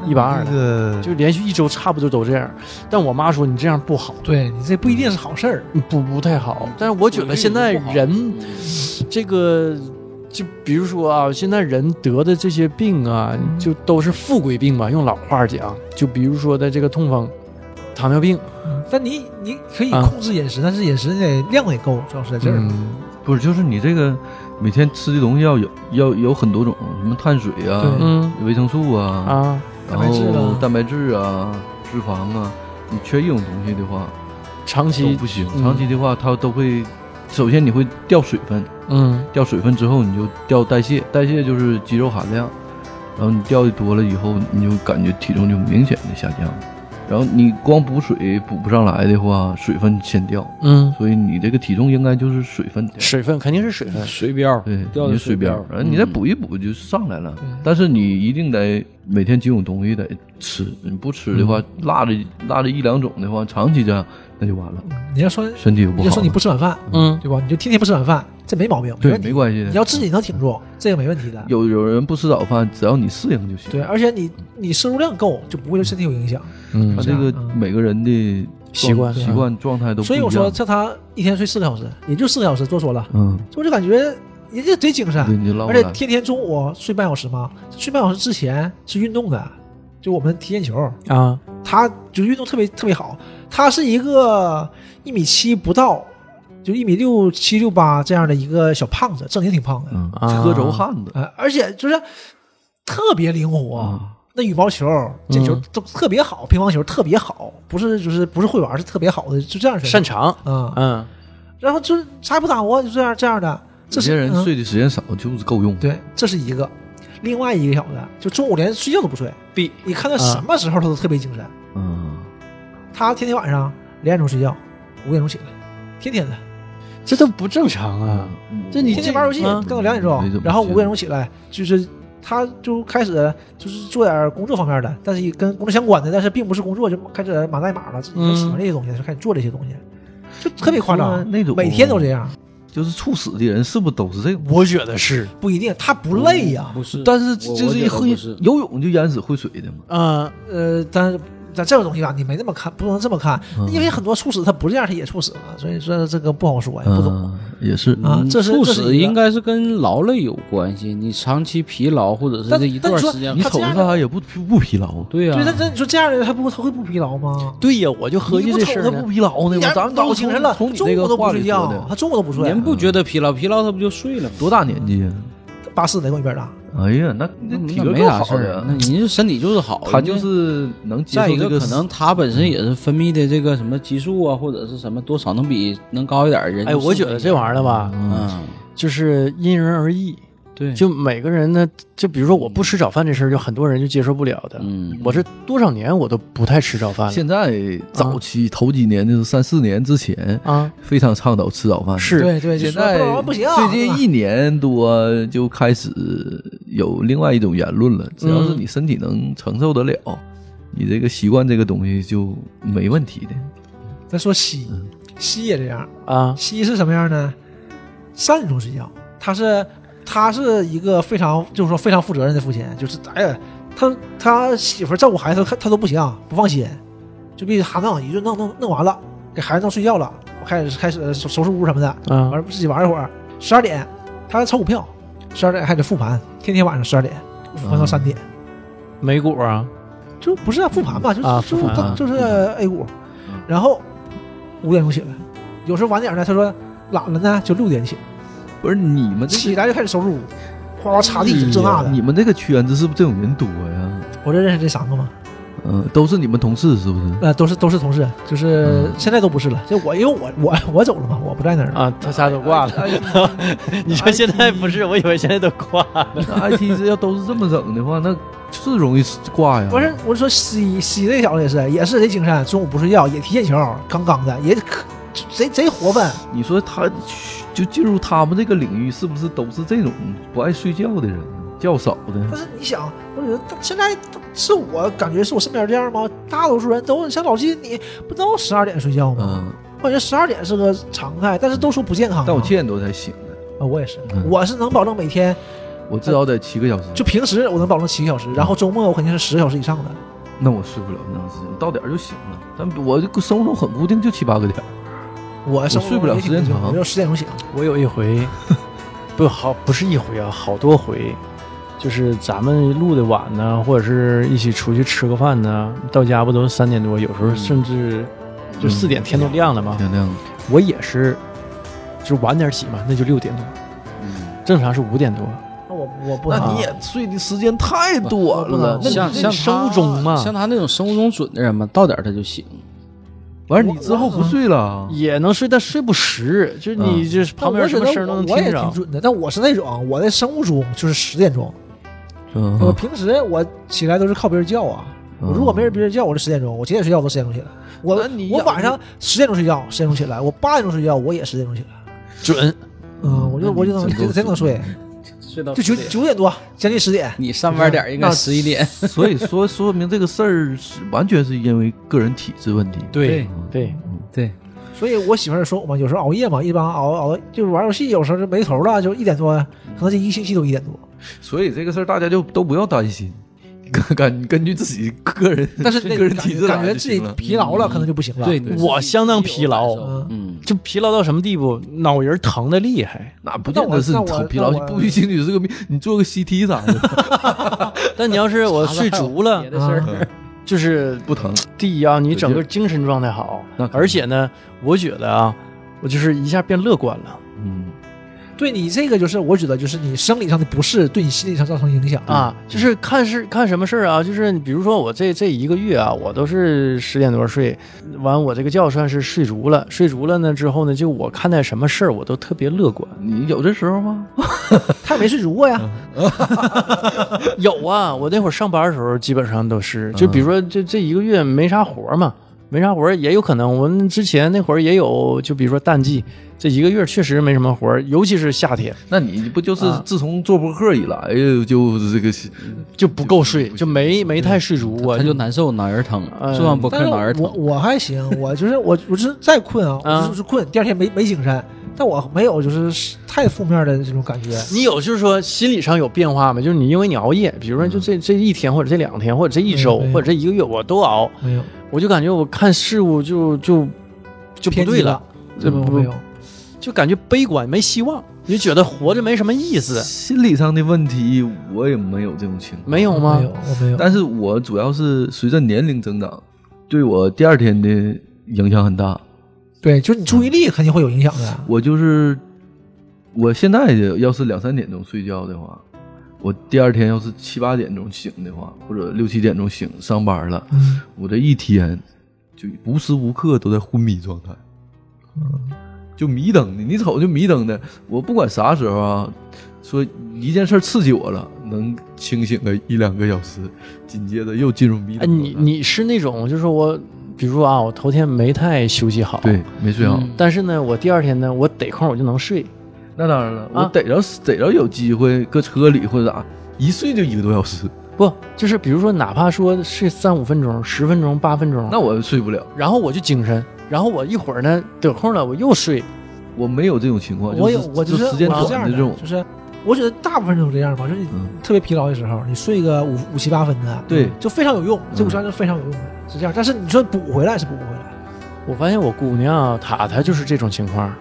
一百二了那。个就连续一周差不多都这样。但我妈说你这样不好，对你这不一定是好事儿，不不太好。但是我觉得现在人这个，就比如说啊，现在人得的这些病啊，嗯就都是富贵病吧，用老话讲，就比如说的这个痛风、糖尿病，但你你可以啊控制饮食，但是饮食得量得够，主要是在这儿。嗯，不是，就是你这个每天吃的东西要有要有很多种，什么碳水对啊、嗯维生素啊，啊，然蛋白质后啊蛋白质啊、脂肪啊，你缺一种东西的话长都期不行。嗯长期的话，它都会，首先你会掉水分，嗯掉水分之后你就掉代谢，代谢就是肌肉含量，然后你掉的多了以后，你就感觉体重就明显的下降。然后你光补水补不上来的话，水分先掉，嗯，所以你这个体重应该就是水分掉。水分肯定是水分，水标对，掉的你就水标儿，，然嗯后你再补一补就上来了。但是你一定得每天几种东西得吃，你不吃的嗯话，落着落着一两种的话，长期这样那就完了，你要说身体又不你好。就说你不吃晚饭，嗯，对吧？你就天天不吃晚饭，这没毛病，对问题没关系你的，要自己能挺住，这个没问题的。有有人不吃早饭，只要你适应就行。对，而且你你摄入量够，就不会对身体有影响。嗯他这个嗯每个人的状习惯习惯状态都不所一以我样。说，像他一天睡四个小时，也就四个小时，多说了，嗯，我就感觉人家贼精对，神，你就唠而不且来。天天中午睡半小时嘛，睡半小时之前是运动的，就我们踢毽球，啊，他就运动特别特别好，他是一个一米七不到，就一米六七六八这样的一个小胖子，正经挺胖的，嗯，啊车轴汉子呃，而且就是特别灵活。啊，那羽毛球、这球嗯都特别好，乒乓球特别好，不是就是不是会玩，是特别好的，就这样式擅长，啊、嗯，然后就是啥也不打窝，就这样这样的。这有是些人、嗯睡的时间少，就是够用。对，这是一个。另外一个小子就中午连睡觉都不睡， B 你看他什么时候他都特别精神。嗯，他天天晚上两点钟睡觉，五点钟起来，天天的，这都不正常啊，嗯这你天天玩游戏嗯干到两点没怎钟么，然后见五点钟起来，就是他就开始就是做点工作方面的，但是也跟工作相关的，但是并不是工作，就开始码代码了，自己嗯喜欢这些东西，就开始做这些东西，就特别夸张，那种嗯每天都这样，就是猝死的人是不是都是这种？我觉得是，不一定他不累哎呀、不是，但是我这我觉是一得会啊不是游泳就淹死会水的嘛？嗯呃，但是咱这种东西吧，你没那么看，不能这么看，嗯因为很多猝死他不这样，他也猝死了，所以说这个不好说呀，不懂。嗯，也是。啊嗯这是猝这是死一个应该是跟劳累有关系，你长期疲劳或者是但这一但段你说时间你他瞅这着样他也不不不疲劳啊，对呀、对，但但你说这样的人，他不他会不疲劳吗？对呀，我就合计你不这瞅事他儿不呢，疲劳呢一吗？点咱们都都不精神了，从你中那午个都不话睡里觉说啊，他的，中午都不睡您。不觉得疲劳？疲劳他不就睡了吗？多大年纪啊？八四得跟我一边大，哎呀，那那那体那格没够啥好事儿的啊，那，您这身体就是好，他人家就是能接再受一这个个可能他本身也是分泌的这个什么激素啊，或者是什么多少能比能高一点儿人。哎，我觉得这玩意儿的吧，嗯，就是因人而异，对，就每个人呢，就比如说我不吃早饭这事儿，就很多人就接受不了的。嗯，我这多少年我都不太吃早饭了现在早期头几年就是三四年之前，啊，非常倡导吃早饭。是对对，就现说不在然不行啊，最近一年多就开始有另外一种言论了，只要是嗯你身体能承受得了，你这个习惯这个东西就没问题的。咱说西嗯西也这样，啊，西是什么样呢？三点钟睡觉，他是他是一个非常就是说非常负责任的父亲，就是哎呀，他他媳妇儿照顾孩子，他他都不行，啊不放心，就别哈弄，一顿弄弄弄完了，给孩子弄睡觉了，开始开始收收拾屋什么的，啊完了自己玩一会儿，十二点他还炒股票，十二点还得复盘，天天晚上十二点复盘到三点，美股啊，就不是复盘吧，就啊是就复是盘嗯啊就是 A 股，然后五点钟起来，有时候晚点呢，他说懒了呢就六点起，不是你嗯们这起个来就开始收拾屋，哗哗擦地这哎那你的。们这个圈子是不是这种人多呀？我这认识这三个嘛，嗯、都是你们同事是不是？呃，都是都是同事，就是嗯现在都不是了，就我因为我我我走了嘛，我不在那儿了。啊，他仨都挂了。 你说现在不 是？我以为现在都挂了。 那 IT 这要都是这么整的话，那是容易挂呀。不是，我说西西这小子也是，也是贼精神，中午不睡觉，也踢毽球，杠杠的，也可贼贼活泛。你说他就进入他们这个领域，是不是都是这种不爱睡觉的人，较少但的？是你想，我觉得现在是我感觉是我身边这样吗？大多数人都像老金，你不都十二点睡觉吗？嗯，我感觉十二点是个常态，但是都说不健康嘛。但我七点多才醒的，啊，我也是，嗯我是能保证每天我至少得七个小时。就平时我能保证七个小时，然后嗯周末我肯定是十个小时以上的。那我睡不了那长时间，我到点儿就醒了。但我这个生物钟很固定，就七八个点儿。我生活睡不了也挺时间平长我就十点钟醒。我有一 回，不好，不是一回啊，好多回，就是咱们录的晚呢，或者是一起出去吃个饭呢，到家不都三点多，有时候甚至就四点天都亮了嘛。天亮了，我也是，就晚点起嘛，那就六点多，正常是五点多。那我我不啊那能你也睡的时间太短不了能。那你像这像生他物钟嘛像他那种生物钟准的人嘛，到点儿他就醒。完事儿你之后不睡了，也能睡，但睡不实，就是你嗯就是旁边有什么声儿都能我也听着。挺准的，但我是那种我的生物钟就是十点钟，我嗯，平时我起来都是靠别人叫啊，我如果没人别人叫，我就十点钟，我几点睡觉我都十点钟起来。我那你我要晚上十点钟睡觉，十点钟起来；我八点钟睡觉，我也十点钟起来。准嗯，我就我就能真够真真能睡，睡到就九九点多，将近十点。你上班点儿应该那十一点，所以说 说明这个事儿是完全是因为个人体质问题。对对，对，所以我媳妇儿说嘛，有时候熬夜嘛，一般熬熬就是玩游戏，有时候就没头了，就一点多，可能这一个星期都一点多。所以这个事儿大家就都不要担心， 根根根据自己个人，但是那个人体质感来觉就自己行了疲劳了，可能就不行了。对，你我自己相当有疲劳感受嗯，嗯，就疲劳到什么地步，脑仁儿疼的厉 害。那不见得是那你我那我头疲劳那，我不一定你是个病，你做个 CT 啥的但你要是我睡足了别，的事儿 嗯就是不疼。第一啊，你整个精神状态好那，可以而且呢，我觉得啊，我就是一下变乐观了嗯，对你这个就是我觉得就是你生理上的不适对你心理上造成影响。啊。就是看是看什么事儿啊，就是比如说我这这一个月啊，我都是十点多睡，完我这个觉算是睡足了，睡足了呢之后呢，就我看待什么事儿我都特别乐观。你有这时候吗？他也没睡足过呀，嗯 有啊，我那会儿上班的时候基本上都是，就嗯比如说这这一个月没啥活儿嘛，没啥活儿也有可能。我们之前那会儿也有，就比如说淡季，这一个月确实没什么活儿，尤其是夏天那你不就是啊自从做播客以来哎就这个就不够睡，就没没太睡足啊。他就难受，脑仁儿疼，嗯做完博客但是脑仁儿我疼，嗯我还行，我就是我我是再困啊，啊我就是困，第二天没没精神，但我没有就是太负面的这种感觉。你有就是说心理上有变化吗？就是你因为你熬夜，比如说就这这一天或者这两天或者这一周没有没有或者这一个月我都熬，没有，我就感觉我看事物就就就不偏对激了了，，这没有不没有。就感觉悲观没希望，就觉得活着没什么意思，心理上的问题，我也没有这种情况。没有吗没？有，我没有。但是我主要是随着年龄增长，对我第二天的影响很大。对，就是你注意力肯定会有影响的。我就是我现在要是两三点钟睡觉的话，我第二天要是七八点钟醒的话，或者六七点钟醒上班了，嗯，我这一天就无时无刻都在昏迷状态，就迷瞪的，你瞅就迷瞪的。我不管啥时候啊，说一件事儿刺激我了，能清醒个一两个小时，紧接着又进入迷哎，瞪状你态。你是那种，就是我，比如说啊，我头天没太休息好，对，没睡好，嗯但是呢，我第二天呢，我得空我就能睡，那当然了，啊我逮着逮着有机会搁车里或者啥，一睡就一个多小时，啊不，就是比如说哪怕说睡三五分钟、十分钟、八分钟，那我睡不了，然后我就精神，然后我一会儿呢得空了我又睡，我没有这种情况，我有就，是我就是时间我短是这样的这种，就是我觉得大部分人都这样吧，就是你嗯特别疲劳的时候，你睡个五五七八分的，对就非常有用，这五十分是非常有用的，是这样。但是你说补回来是补不回来，我发现我姑娘塔塔就是这种情况，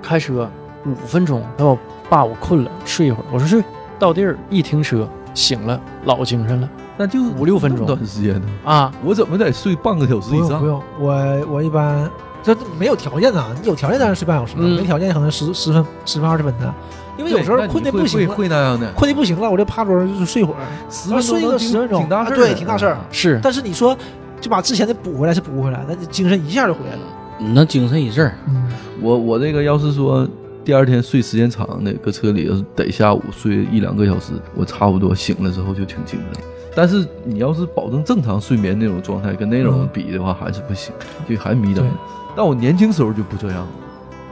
开车五分钟，她说爸我困了，睡一会儿，我说睡，到地儿一停车醒了，老精神了那就五六分钟短时间呢，啊，我怎么得睡半个小时不以用不上？用，我我一般这没有条件呐，你有条件当然睡半小时了，嗯没条件可能十十分十分二十分的，因为有时候对那你困的会不行会了，会那样的，困的不行了，我就趴桌上就睡会儿，十分钟睡一能个挺10分钟啊挺大事儿的，对挺大事儿是但是你说就把之前的补回来是补不回来，但是精神一下就回来了。你能精神一阵儿，嗯，我我这个要是说第二天睡时间长的，搁车里要是得下午睡一两个小时，我差不多醒了之后就挺精神。但是你要是保证正常睡眠那种状态，跟那种比的话还是不行，就还迷瞪嗯对。但我年轻时候就不这样了，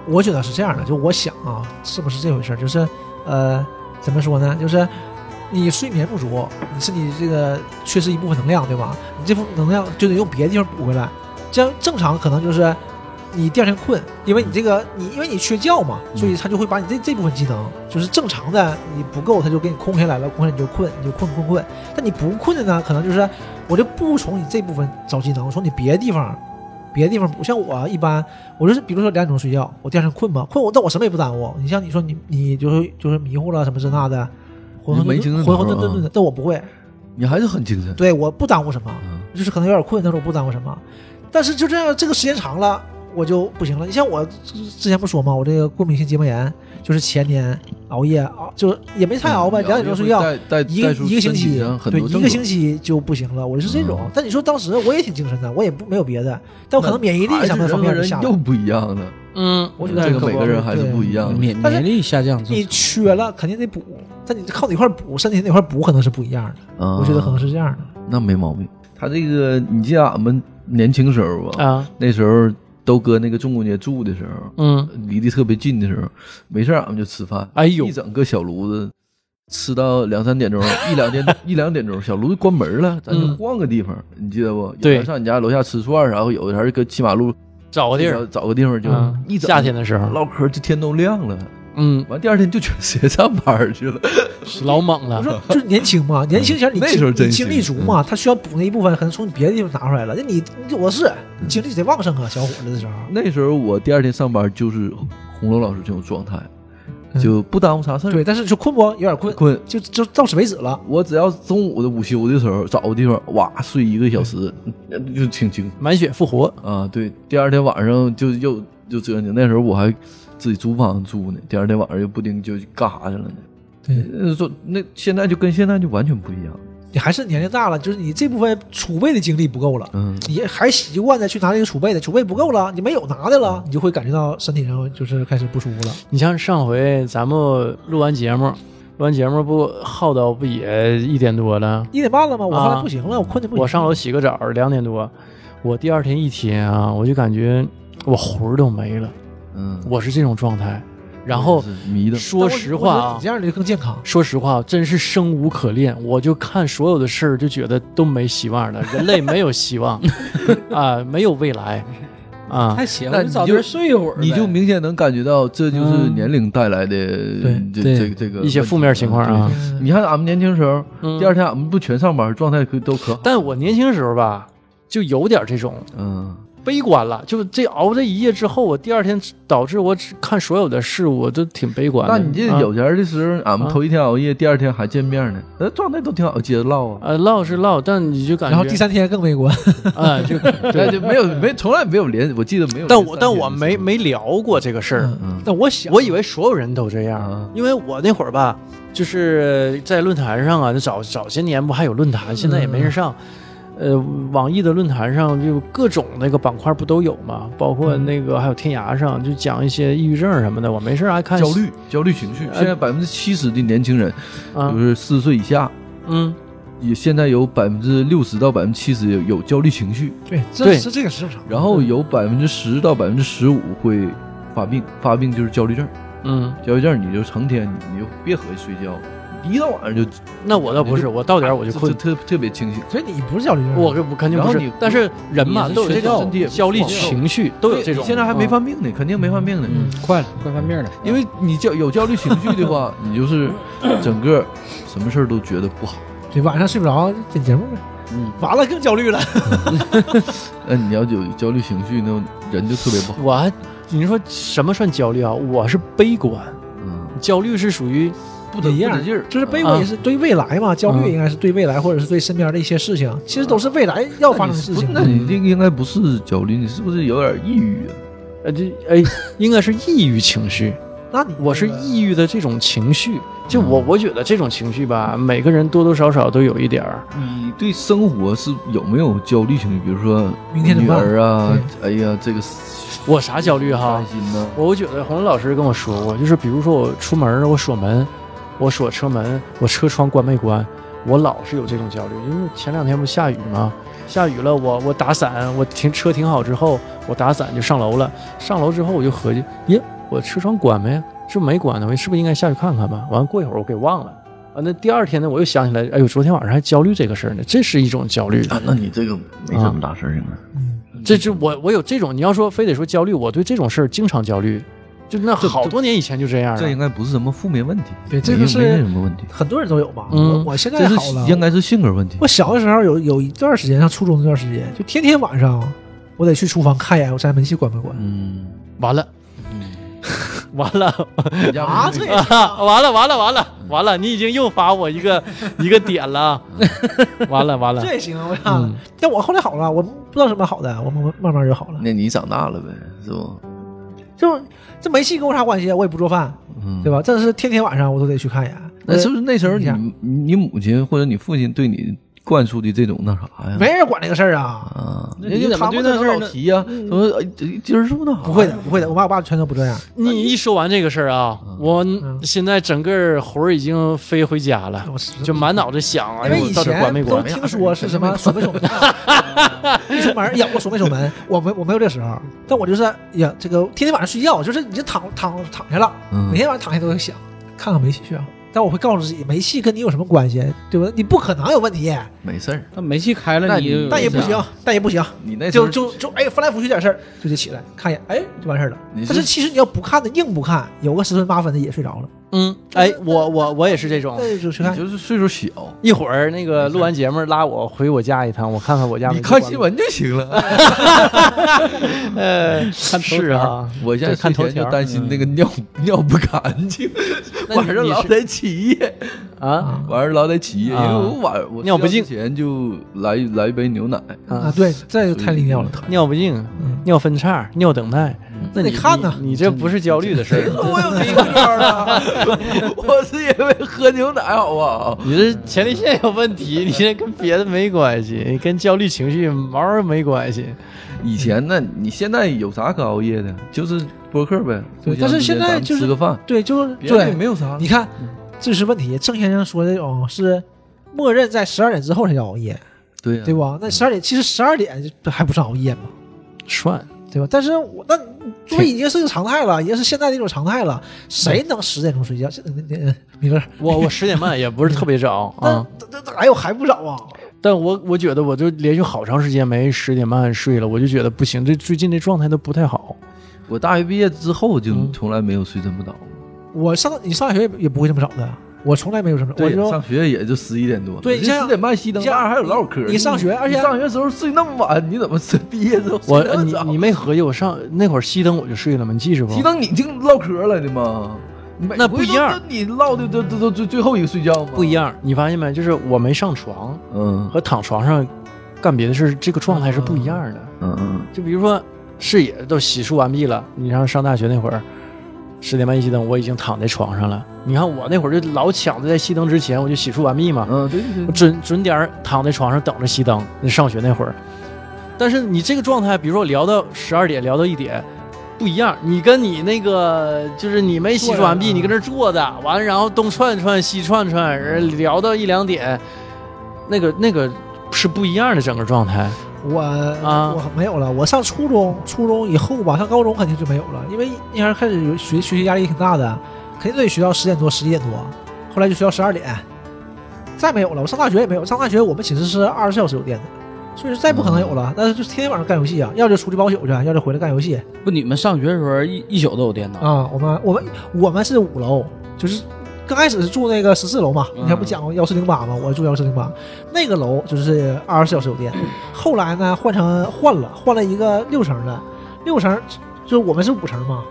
我觉得是这样的，就我想啊，是不是这回事儿？就是，呃，怎么说呢？就是你睡眠不足，你是你这个缺失一部分能量，对吧？你这部分能量就得用别的地方补回来。这样正常可能就是你第二天困，因为你这嗯个你因为你缺觉嘛，所以他就会把你这这部分技能，就是正常的你不够，他就给你空下来了，空下来你就困，你就困困困。但你不困的呢，可能就是我就不从你这部分找技能，我从你别的地方。别的地方补，像我啊一般，我就是比如说两点钟睡觉，我第二天困吧，困我但我什么也不耽误。你像你说你你就是就是迷糊了什么这那的，浑浑没精沌神浑浑头沌儿啊沌的，但我不会，你还是很精神。对，我不耽误什么，嗯就是可能有点困，但是我不耽误什么。但是就这样，这个时间长了，我就不行了。你像我之前不说嘛，我这个过敏性结膜炎，就是前年熬夜，熬就是也没太嗯熬吧，两点钟睡觉，带带一个带出一个星身体期上，很对，多嗯一个星期期就不行了。我是这种，但你说当时我也挺精神的，我也不没有别的，但我可能免疫力上面方面就人下来了和人又不一样了，嗯，我觉得这个可每不个人还是对不一样的。免但是免疫力下降，你缺了肯定得补，但你靠哪块补，身体哪块补可能是不一样的，啊我觉得可能是这样的。那没毛病。他这个，你记得俺们年轻时候吧，啊，那时候都搁那个中国街住的时候，嗯，离得特别近的时候，没事儿俺们就吃饭，哎呦一，整个小炉子吃到两 三点钟，一两点一两点钟，小炉子关门了，咱就嗯换个地方，你记得不？有对人上你家楼下吃串儿，然后有的还是搁骑马路找个地找儿，找个地方就嗯一整夏天的时候，唠嗑，这天都亮了，嗯，完第二天就全直接 上班儿去了，老猛了， 就是年轻嘛，嗯年轻前你那时候精真你精力足嘛，他需要补那一部分，可能从你别的地方拿出来了。那你你我是嗯你精力得旺盛啊，小伙子的时候，那时候我第二天上班就是红楼老师这种状态，嗯就不耽误啥事儿。对，但是就困不？有点困，困，就就到此为止了。我只要中午的午休的时候找个地方，哇，睡一个小时，就挺轻满血复活，啊。对，第二天晚上就又就折腾。那时候我还自己租房住呢，第二天晚上又不定就干啥去了呢。对，那说那现在就跟现在就完全不一样。你还是年龄大了，就是你这部分储备的精力不够了。嗯，你还习惯着去拿这个储备的，储备不够了，你没有拿的嗯了，你就会感觉到身体上就是开始不舒服了。你像上回咱们录完节目，录完节目不耗到不也一点多了？一点半了吗？我后来啊不行了，我困的不行。我上楼洗个澡，两点多，我第二天一天啊，我就感觉我魂儿都没了，嗯，我是这种状态。然后是迷的，说实嗯但我话啊我觉得你这，样就更健康。说实话，真是生无可恋。我就看所有的事儿，就觉得都没希望 了，人类没有希望啊，没有未来啊。太邪乎那了，你你早就点睡一会儿呗。你就明显能感觉到这就是嗯年龄带来的对这对这这个一些问题负面情况啊。对你看俺们年轻时候，嗯第二天俺们不全上班，状态可都可好。但我年轻时候吧，就有点这种嗯，悲观了，就这熬这一夜之后，我第二天导致我只看所有的事物都挺悲观那的。你这啊有钱的时候，俺们啊头一天熬夜，第二天还见面呢，那状态都挺好，接着唠 啊。呃唠是唠，但你就感觉然后第三天更悲观， 啊就对，就没有没从来没有连，我记得没有连三天的时 候。但我但我没没聊过这个事儿，嗯嗯但我想，我以为所有人都这样，嗯因为我那会儿吧，就是在论坛上啊，就早早些年不还有论坛，现在也嗯没人上。呃，网易的论坛上就各种那个板块不都有嘛，包括嗯那个还有天涯上就讲一些抑郁症什么的。我没事儿还看焦虑焦虑情绪，呃现在百分之七十的年轻人，啊就，是四十岁以下，嗯，也现在有百分之六十到百分之七十有有焦虑情绪，对，这对是这个是正常的。然后有百分之十到百分之十五会发病，发病就是焦虑症。嗯，焦虑症你就成天你你就别合计睡觉，一到晚上就那我倒不是，我到点儿我就困，特特特别清醒。所以你不是焦虑症，啊我我肯定不然后是你。但是人嘛你是都有这缺少种身体也不焦虑好情绪，都有这种。啊你现在还没犯病呢，肯定没犯病呢。嗯快了，快翻面了，因为你焦有焦虑情绪的话，你就是整个什么事儿都觉得不好。对晚上睡不着，点节目呗。嗯，完了更焦虑了。那你要有焦虑情绪，那人就特别不好。我还你说什么算焦虑啊？我是悲观，嗯，焦虑是属于不得一不样得劲儿，嗯啊就是悲观啊也是对未来嘛，焦虑应该是对未来或者是对身边的一些事情，其实都是未来要发生的事情。那你这个应该不是焦虑，你是不是有点抑郁啊？呃，这 哎，应该是抑郁情绪。那你我是抑郁的这种情绪，就我嗯我觉得这种情绪吧，每个人多多少少都有一点儿。你对生活是有没有焦虑情绪？比如说明天怎女么办儿啊，哎呀，这个我啥焦虑哈开？心呢？我觉得洪林老师跟我说过，就是比如说我出门儿我锁门，我锁车门，我车窗关没关，我老是有这种焦虑。因为前两天不下雨吗？下雨了，我我打伞，我停车停好之后，我打伞就上楼了。上楼之后我就合计，耶，我车窗关没呀？是不是没关呢？我是不是应该下去看看吧？完了过一会儿我给忘了。啊，那第二天呢，我又想起来，哎呦，昨天晚上还焦虑这个事儿呢，这是一种焦虑。啊，那你这个没什么大事儿应该。这这我我有这种，你要说非得说焦虑，我对这种事儿经常焦虑，就那这好这多年以前就这样了。啊这应该不是什么负面问题，对这个没是没什么问题，很多人都有吧？嗯我我现在这好是了。应该是性格问题。我小的时候有有一段时间，上初中那段时间，就天天晚上我得去厨房看一眼我家煤气关没关。嗯，完了，完了， 你家啊，没这有也啊完了，完了，完了，完了！你已经又罚我一个一个点了，完了，完了这。也行啊！我操嗯！但我后来好了，我不知道什么好的，我慢慢慢慢就好了。那你长大了呗，是不？就这煤气跟我啥关系啊？我也不做饭，嗯，对吧？这是天天晚上我都得去看一眼。那是不是那时候你嗯你你母亲或者你父亲对你灌输的这种那啥呀？没人管这个事儿啊。啊，那人你家怎么他对们那那事儿老呢提呀，他说哎这今儿是不啊是那啥不会的，不会的，我爸我爸全都不这样。你一说完这个事儿啊，我嗯现在整个魂儿已经飞回家了，哎我是就满脑子想啊，嗯因为以到底关没前都关？听说是什么锁没锁 门，一出门呀，我锁没锁门，我没我没有这个时候，但我就是呀，这个天天晚上睡觉，就是已经躺躺躺下了，嗯每天晚上躺下都会想，看看煤气去啊。但我会告诉自己，煤气跟你有什么关系，对吧？你不可能有问题，没事儿，那煤气开那了你你，但也不行，但也不行，你那时就候就就啊哎，翻来覆去点事儿，就得起来看一眼，哎，就完事儿了。你是但是其实你要不看的，硬不看，有个十分八分的也睡着了，嗯，哎，我我我也是这种。那就去你看。就是岁数小，一会儿那个录完节目拉我回我家一趟，我看看我家你没看关新闻就行了。呃，看是啊，我现在对看头睡前条就担心那个尿尿不干净，那晚你上你老是得起夜，嗯啊晚上老得起夜，因为啊我晚我尿不睡尽觉之前就来来一杯牛奶，啊，对，这就太利尿了。尿不尽、尿分叉、尿等待，那嗯得你看呐你你这不是焦虑的事谁儿，说 我有这个样啊？我是因为喝牛奶好不好？你这前列腺有问题，你这跟别的没关 系，跟焦虑情绪毛儿没关系。以前呢，你现在有啥可熬夜的？就是播客呗。对互但相是之现间在咱们就是吃个饭， 对，就是别的对也，没有啥嗯了你。看，这是问题。郑先生说的这种是默认在十二点之后才叫熬夜，对啊嗯呀对吧？那十二点其实十二点这还不算熬夜嘛，涮，对吧？但是我那作为已经是个常态了，已经是现在的一种常态了，谁能十点钟睡觉？这那那那米啊勒，我我十点半也不是特别 早那啊，这这哎呦还不早啊？但我我觉得我就连续好长时间没十点半睡了，我就觉得不行，这最近这状态都不太好。我大学毕业之后就嗯从来没有睡这么早。我上你上学也也不会这么早的，我从来没有这么早。我对，就上学也就十一点多，对像十点半熄灯，你像那还有唠嗑。你上学而且你上学时候睡那么晚，你怎么睡毕业之后我睡那么你呃早？你没合计，我上那会儿熄灯我就睡了吗？你记着不熄？灯你就唠嗑了的吗？每那不一样回都。你唠的都都都最最后一个睡觉吗？不一。样，你发现没？就是我没上床嗯和躺床上干别的事，这个状态是不一样的。嗯嗯就比如说视野都洗漱完毕了，你像上大学那会儿，十点半一熄灯，我已经躺在床上了。你看我那会儿就老抢着在熄灯之前，我就洗漱完毕嘛，嗯，对对对我。准准点儿躺在床上等着熄灯。那上学那会儿，但是你这个状态，比如说我聊到十二点，聊到一点。不一样，你跟你那个就是你没洗漱完毕，坐着啊你跟那儿坐着，完了然后东串串西串串，呃聊到一两点，那个那个是不一样的整个状态。我、啊我没有了。我上初中，初中以后吧，上高中肯定就没有了，因为那时候开始有学学习压力挺大的，肯定得学到十点多、十一点多，后来就学到十二点，再没有了。我上大学也没有，上大学我们寝室是二十四小时有电的，所以说再不可能有了。但是就天天晚上干游戏啊，要就出去包宿去，要就回来干游戏不，你们上学的时候一一宿都有电脑，啊。我们我们我们是五楼，就是。刚开始是住那个十四楼嘛，嗯你还不讲过幺四零八吗？我住幺四零八，那个楼就是二十四小时有嗯电。后来呢，换成换了，换了一个六层的，六层就是我们是五层嘛，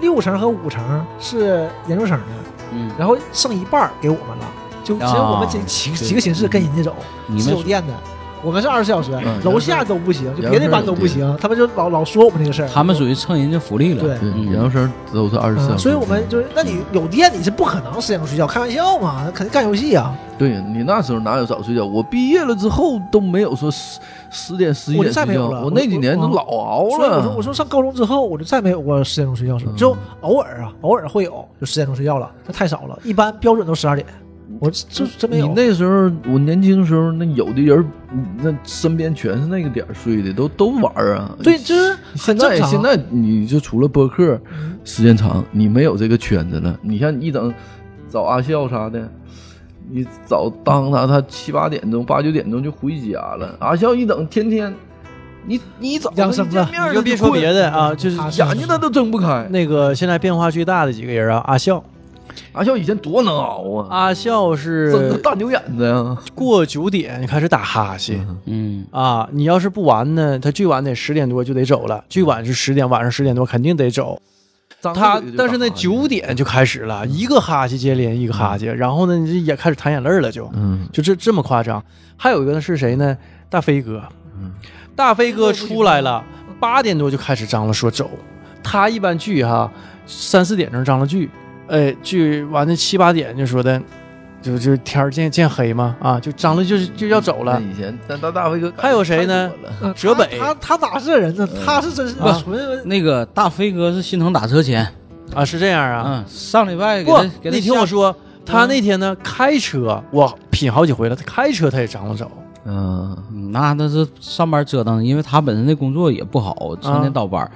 六层和五层是研究生的，嗯，然后剩一半儿给我们了，就只有我们这啊几对几个寝室跟人家走，你是有们电的。我们是二十四小时嗯，楼下都不行，就研别究的生班有都不电行，他们就老老说我们这个事儿。他们属于蹭人家福利了，对对，嗯研究生都是二十四小嗯，时。所以我们就是，那你有电你是不可能十点钟睡觉，开玩笑嘛，那肯定干游戏啊。对你那时候哪有早睡觉？我毕业了之后都没有说十十点十一我就点再没睡觉，有了我那几年我都老熬所以我说，我了。说上高中之后，我就再没有过十点钟睡觉时候，嗯就偶尔啊，偶尔会有，就十点钟睡觉了，那太少了，一般标准都十二点，我这真没你有。那时候，我年轻时候，那有的人，嗯那身边全是那个点儿睡的，都都玩儿啊。对，就是现很正在常。啊嗯现在你就除了播客时间长，你没有这个圈子了。你像一整找阿笑啥的，你找当他他七八点钟八九点钟就回家了。阿笑一整天天，你你早养上生一见了面儿你就别说困别的啊，就是啊眼睛他都睁不开。那个现在变化最大的几个人啊，阿笑，阿笑以前多能熬啊，阿笑真的是大牛眼子呀！过九点开始打哈欠嗯，啊，你要是不完呢，他最晚得十点多就得走了，最晚是十点，晚上十点多肯定得走。张着他嗯嘴就但是那打哈九，欠点就开始了，一个哈欠接连一个哈欠，然后呢你这也开始淌眼泪了就，嗯，就这这么夸张。还有一个呢是谁呢？大飞哥，嗯大飞哥出来了，八点多就开始张罗说走。他一般聚哈，三四点钟张罗聚，哎，聚完了七八点就说的，就就天儿渐渐黑嘛，啊，就张罗就是就要走了嗯那。以前但大大卫哥还有谁呢太多了？嗯浙北他他他哪是人呢？他是真是啊纯那个大飞哥是心疼打车钱，啊，是这样啊。嗯，上礼拜给不他，给他你听下我，说，他那天呢开车，我品好几回了，他开车他也张罗走。嗯，嗯那他是上班折腾，因为他本身的工作也不啊好，成天倒班儿。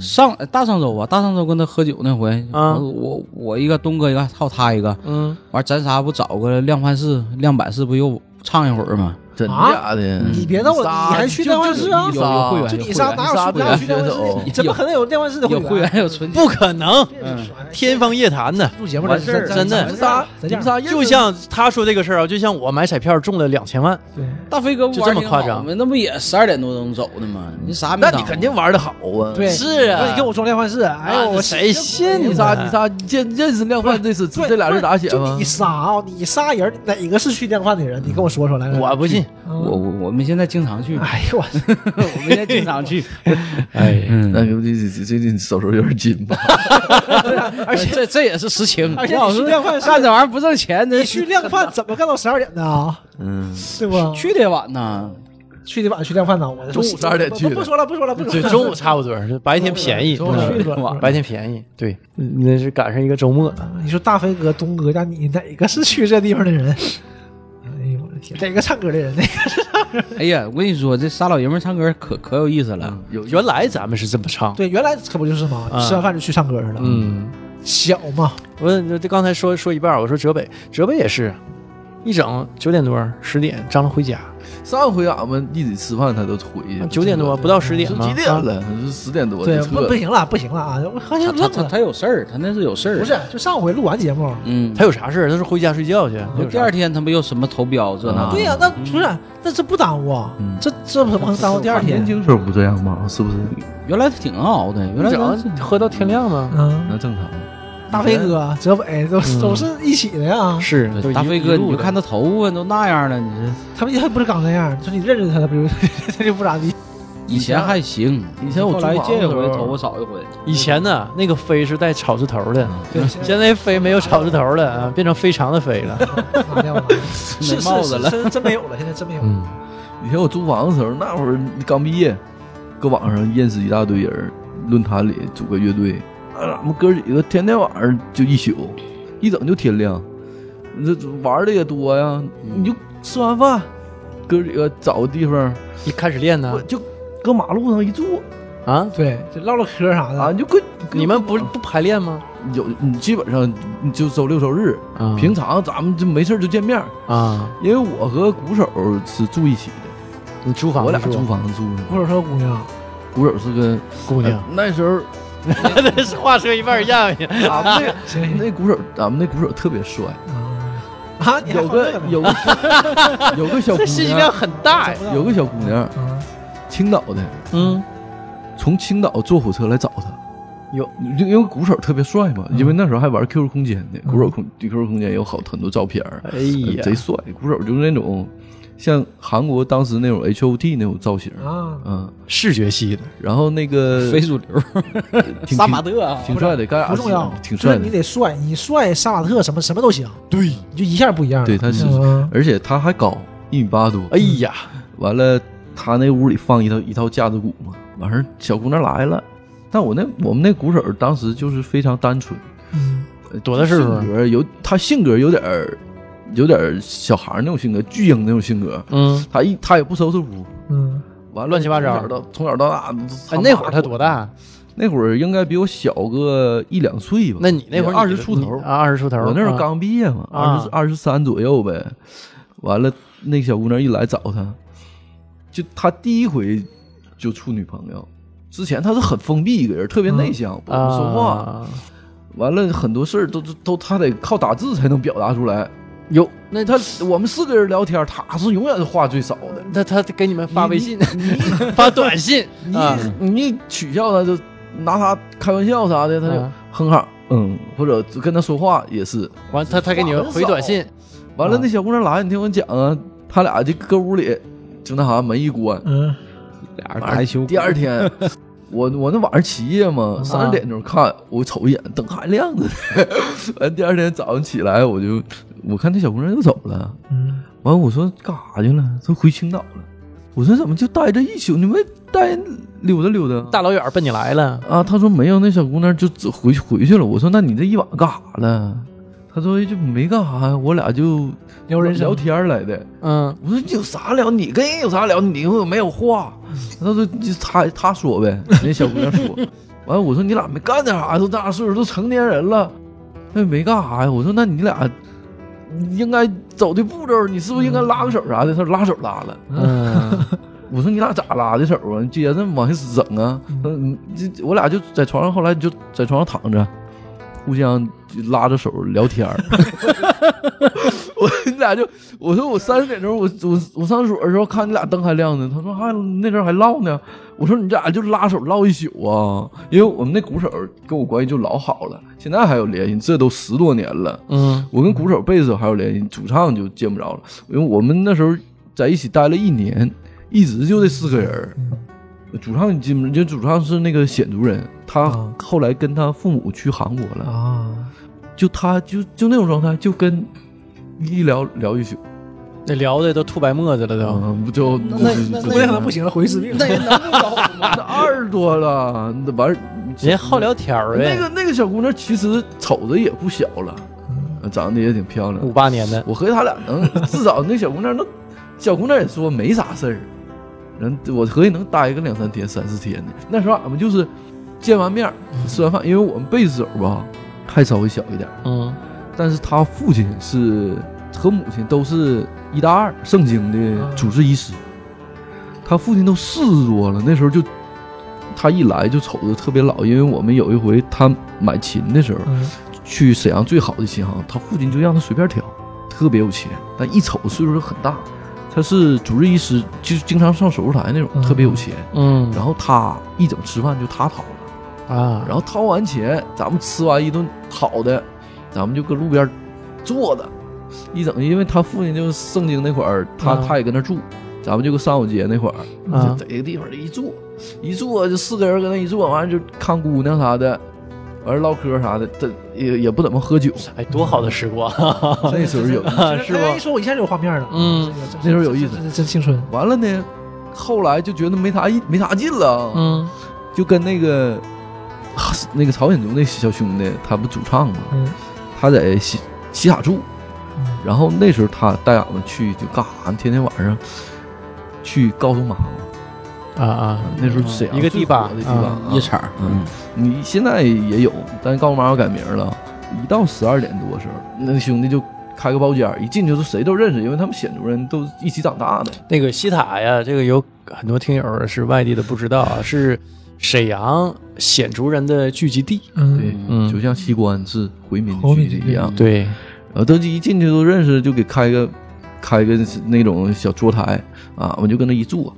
上呃大上周吧，大上周跟他喝酒那回，啊我我我一个东哥一个，还有他一个，嗯，完咱仨不找个量贩式、量版式不又唱一会儿吗？真的啊假的？你别闹我，你还去就电话就室啊有？有会员，就有你会仨员哪有仨去哪有去会电员话室有的？怎么可能有电话室的会有会员？员有存钱不可能，嗯天方夜谭呢。录节目完咱事儿咱真的咱这样咱你们仨你这样们仨硬就像他说这个事儿啊，就像我买彩票中了两千万，对大飞哥不就玩这么挺夸好张吗那不也十二点多钟走的吗？你啥也没那耽你误肯定玩的好啊。对，是啊那你跟我装量贩式，哎啊呦，我谁信你仨呢你仨见认识量贩这是对这俩字咋写就吗你？仨啊，你仨人哪个是去电话的人？你跟我说说来。来我不信。我我我们现在经常去， 哎呦我操，我们现在经常去。哎，那个这这这这手头有点紧吧？而且这这也是实情，而且我你去说量贩式干这玩意儿不挣钱，你这去量贩怎么干到十二点的啊？嗯，对不？去的晚呐。去的晚去量贩呢？我中午12点去的不不说了，不说了，不说对，了。中午差不多，是白天便宜，中午去嗯了。白天便宜，对，那是赶上一个周末。你说大飞哥、东哥加你哪个是去这地方的人？哎呦我的天，哪个唱歌的人？哪 个哎呀，我跟你说，这仨老爷们儿唱歌可可有意思了。有原来咱们是这么唱，对，原来可不就是吗？啊吃完饭就去唱歌去了。，嗯，小嘛，我那这刚才说说一半儿，我说浙北，浙北也是，一整九点多十点张罗回家，上回俺们一起吃饭，他都回去九点多不到十点都嘛，几点啊了？都十点多对，就不撤不了。行了，不行了啊！我合计他他愣他了，他有事儿，他那是有事儿。不是，就上回录完节目，嗯，他有啥事儿？他是回家睡觉去。他有啥第二天他不又什么投标这那啊的？对呀、那不是，那这不耽误啊，嗯这这怎么能耽误第二天年？轻时候不这样吗？是不是？原来他挺熬的，原一来他整喝到天亮吗？嗯，那正常。大飞哥、泽北都、嗯都是一起的呀，啊是对都一大飞哥，一路你就的看他头发都那样了，你这他们他不是刚那样，就是你认识他，他不就 他就不咋地。以前还行，以前我后来租房见一的时回候头发少一回。以前呢，那个飞是带草字头嗯的，对，现 在飞没有草字头了，啊变成非常的飞了。麻掉了，是没帽子了是是真没有了，现在真没有了。嗯，以前我租房的时候，那会儿刚毕业，搁网上认识一大堆人，论坛里组个乐队，啊，俺们哥几个天天晚上就一宿，一整就天亮。这玩的也多呀，你就吃完饭，哥几个找个地方，一开始练呢我就搁马路上一坐啊，对，就唠唠嗑啥的。啊，你就跟你们不是不排练吗？有你基本上就周六周日，啊平常咱们就没事儿就见面儿，啊，因为我和鼓手是住一起的，你租房我子俩住租房住的，或者说姑 娘，鼓手是个姑 娘，那时候那是话说一半儿咽下去。咱们 行那行那鼓手，咱们那鼓手特别帅，啊，你还有放这个呢有个有个 小 姑这信息量娘，很大呀。 有个小姑娘，啊，青岛的，嗯，从青岛坐火车来找他。有，因因为鼓手特别帅嘛，因嗯为那时候还玩 QQ 空间呢，鼓手空 QQ 空间有好很多照片儿，哎呀，呃贼帅。鼓手就是那种像韩国当时那种 H O T 那种造型，啊，嗯，视觉系的，然后那个非主流，呃挺杀马特啊，挺帅的，干啥不重要，挺就是帅你的，得帅，你帅，杀马特什么什么都行，对，你就一下不一样了。对，他是，嗯而且他还高，一米八多，哎呀，完了，他那屋里放一套一套架子鼓嘛，完事儿小姑娘来了，但我那我们那鼓手当时就是非常单纯，嗯呃多大岁数啊性格有他性格有点儿有点儿小孩儿那种性格，巨婴那种性格，嗯，他一他也不收拾屋，嗯，完了乱七八糟从小到从小到大，哎，那会儿他多？大？嗯那会儿应该比我小个一两岁吧。那你那会儿二十出头你啊，二十出头，我那时候啊刚毕业嘛，啊二十二十三左右呗。完了，那个小姑娘一来找他，就他第一回就处女朋友。之前他是很封闭一个人，特别内向，不怎么说话。嗯啊完了，很多事儿都都都他得靠打字才能表达出来。有那他我们四个人聊天，他是永远是话最少的。他他给你们发微信、你 发短信你啊，你一取笑他，就拿他开玩笑啥的，他就啊哼哈，嗯，或者跟他说话也是，完他他给你们回短信，完了，啊那小姑娘来，你听我讲啊，他俩就搁屋里就那啥门一关，嗯，俩人还修。第二天， 我我那晚上起夜嘛，三啊 点钟看，我瞅一眼，灯还亮着呢。完，第二天早上起来我就我看那小姑娘又走了，嗯，完我说干啥去了？她回青岛了。我说怎么就待这一宿？你们带人溜达溜达啊？大老远奔你来了，啊，她说没有，那小姑娘就走回回去了。我说那你这一晚干啥了？她说就没干啥呀，我俩就聊人生聊天来的。嗯，我说你有啥聊？你跟人有啥聊？你又没有话。他说就他他说呗，那小姑娘说。 完了，我说你俩没干点啥？都大岁数，都成年人了，那、没干啥呀？我说那你俩应该走的步骤，你是不是应该拉个手啥的？他说拉手拉了。嗯，我说你俩咋拉的手啊？你接着往下整啊？他说嗯，这我俩就在床上，后来就在床上躺着，互相就拉着手聊天儿。我你俩就我说我三十点钟我我我上厕所的时候看你俩灯还亮呢，他说还那阵儿还唠呢。我说你这俩就拉手唠一宿啊，因为我们那鼓手跟我关系就老好了，现在还有联系，这都十多年了。嗯，我跟鼓手、贝斯还有联系，主唱就见不着了，因为我们那时候在一起待了一年，一直就这四个人儿。主唱基本就主唱是那个鲜族人，他啊后来跟他父母去韩国嗯了，啊，就他就就那种状态，就跟一聊聊一宿，那聊的都吐白沫子了都，啊，不就那那那可能不行了，回去治病了。也能不着我吗？那二十多了，那玩意儿人家好聊天儿那呗，个那个小姑娘其实瞅着也不小了，嗯长得也挺漂亮五，八年的， 我和他俩能，至少那小姑娘能，小姑娘也说没啥事儿，人我合计能待个两三天、三四天的。那时候俺们就是见完面儿，吃完饭，因为我们贝斯手吧还稍微小一点儿，嗯，但是他父亲是和母亲都是一大二圣经的主治医师，他父亲都四十多了，那时候就他一来就瞅着特别老，因为我们有一回他买琴的时候。嗯去沈阳最好的琴行，他父亲就让他随便挑，特别有钱，但一瞅岁数就很大。他是主治医师，就是经常上手术台那种，嗯特别有钱。嗯，然后他一整吃饭就他掏了，啊，然后掏完钱，咱们吃完一顿好的，咱们就搁路边坐着，一整，因为他父亲就是圣经那块儿，他、嗯他也跟那儿住，咱们就搁三五街那块儿，嗯就逮个地方一坐，一坐就四个人搁那一坐，完了就看姑娘啥的，完了唠嗑啥的，这也也不怎么喝酒，哎，多好的时光， 那时候 有。是吧一说我一下就有画面了。嗯这个，那时候有意思这这真青春。完了呢，后来就觉得没啥意没啥劲了，嗯就跟那个啊那个朝鲜族那小兄弟，他不主唱吗？嗯他在西西塔住，嗯然后那时候他带俺们去就干啥呢？天天晚上去告诉妈妈。啊啊， 那时候沈阳一个最地吧火的地方啊夜场，嗯，你现在也有，但告诉妈妈改名了。一到十二点多时候，那兄弟就开个包间儿，一进去都谁都认识，因为他们显族人都一起长大的。那个西塔呀，这个有很多听友是外地的不知道啊，是沈阳鲜族人的聚集地，嗯，嗯就像西关是回民回聚民集聚一地样。对，然后都一进去都认识，就给开个开个那种小桌台啊，我就跟那一坐，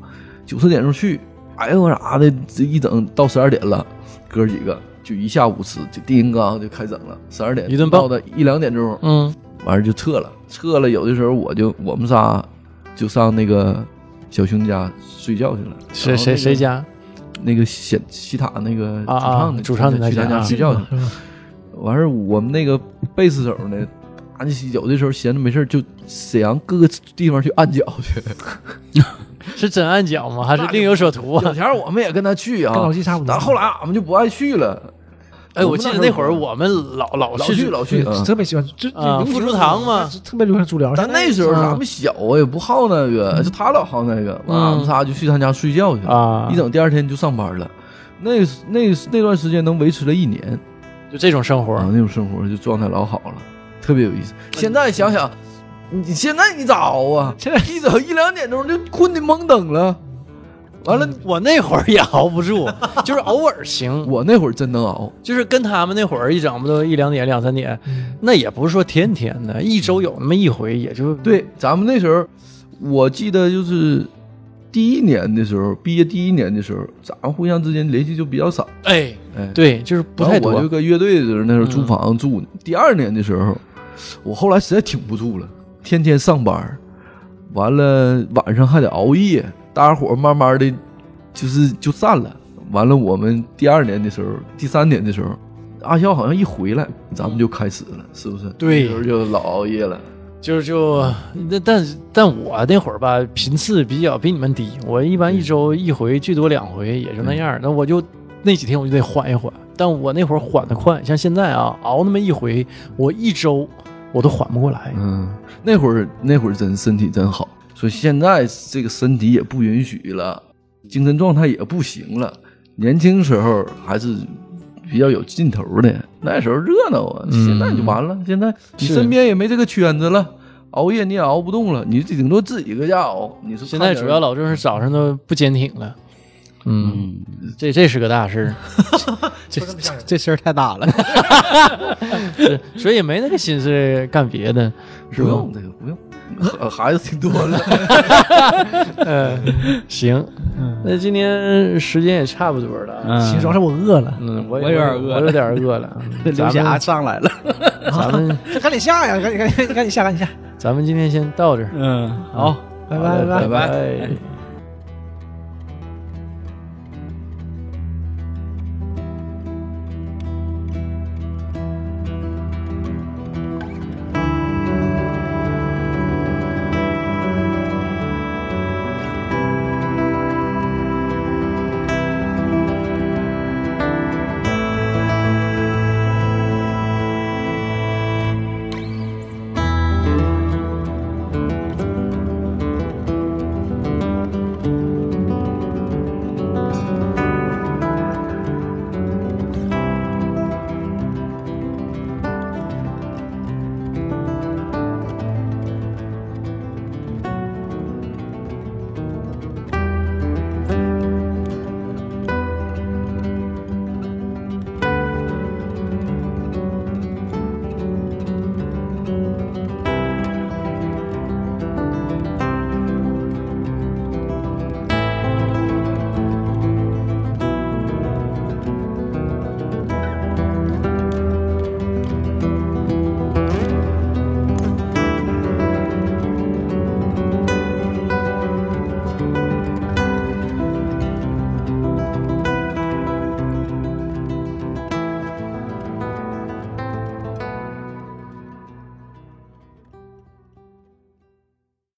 九十点钟去，哎呦啥的，这一整到十二点了，哥几个就一下午吃，就叮当就开整了，十二点一顿蹦到的一两点钟，嗯完事就撤了，撤了有的时候我就我们仨就上那个小兄家睡觉去了，谁谁谁家那个显西塔那个主啊啊唱的主唱的那去他家家啊睡觉去了。是吧？完事儿，我们那个贝斯手呢，啊，有的时候闲着没事儿就沈阳各个地方去按脚 去。是真按脚吗？还是另有所图有啊？前儿我们也跟他去啊跟，老纪差不多。但后来俺们就不爱去了， 哎，我记得那会儿我们老老老去去老去。对嗯特别喜欢，就啊就流行付诸堂嘛特别流行足疗。但现在那时候啊咱们小啊，也不好那个，就他老好那个，完嗯俺们仨就去他家睡觉去了。啊一，整第二天就上班了，那那那段时间能维持了一年就这种生活啊，那种生活就状态老好了，特别有意思。现在想想，你现在你咋熬啊？ 现在一早一两点钟就困得懵懂了，完嗯了，我那会儿也熬不 住，就是偶尔行，我那会儿真能熬，就是跟他们那会儿一整不都一两点、两三点，嗯那也不是说天天的，一周有那么一回，也就对，咱们那时候，我记得就是第一年的时候，毕业第一年的时候，咱们互相之间联系就比较少，哎，哎，对，就是不太然后我多就，跟乐队的时候那时候租嗯房住呢。第二年的时候，我后来实在挺不住了，天天上班，完了晚上还得熬夜，大家伙儿慢慢的，就是就散了。完了，我们第二年的时候，第三年的时候，阿肖好像一回来，咱们就开始了，是不是？对那时候就老熬夜了。就是就那但但我那会儿吧，频次比较比你们低，我一般一周一回，最多两回，也就那嗯样儿。那我就那几天我就得缓一缓，但我那会儿缓的快，像现在啊，熬那么一回，我一周我都缓不过来。嗯，那会儿那会儿真身体真好，所以现在这个身体也不允许了，精神状态也不行了。年轻时候还是比较有劲头的，那时候热闹啊，嗯现在就完了。现在你是身边也没这个圈子了，熬夜你也熬不动了，你顶多自己搁家熬。你说现在主要老老郑是早上都不坚挺了，嗯，嗯，这这是个大事儿。这这这事儿太大 了。是，所以也没那个心思干别的，不用这个不用， 呃孩子挺多的。嗯，行，那今天时间也差不多了啊。其实主要嗯，是我饿了，嗯，我也我有点饿了我有点饿了。嗯刘霞上来了。咱们咱们这赶紧下呀，赶紧赶紧赶紧下，赶紧下。咱们今天先到这儿，嗯，好。拜拜拜拜拜拜。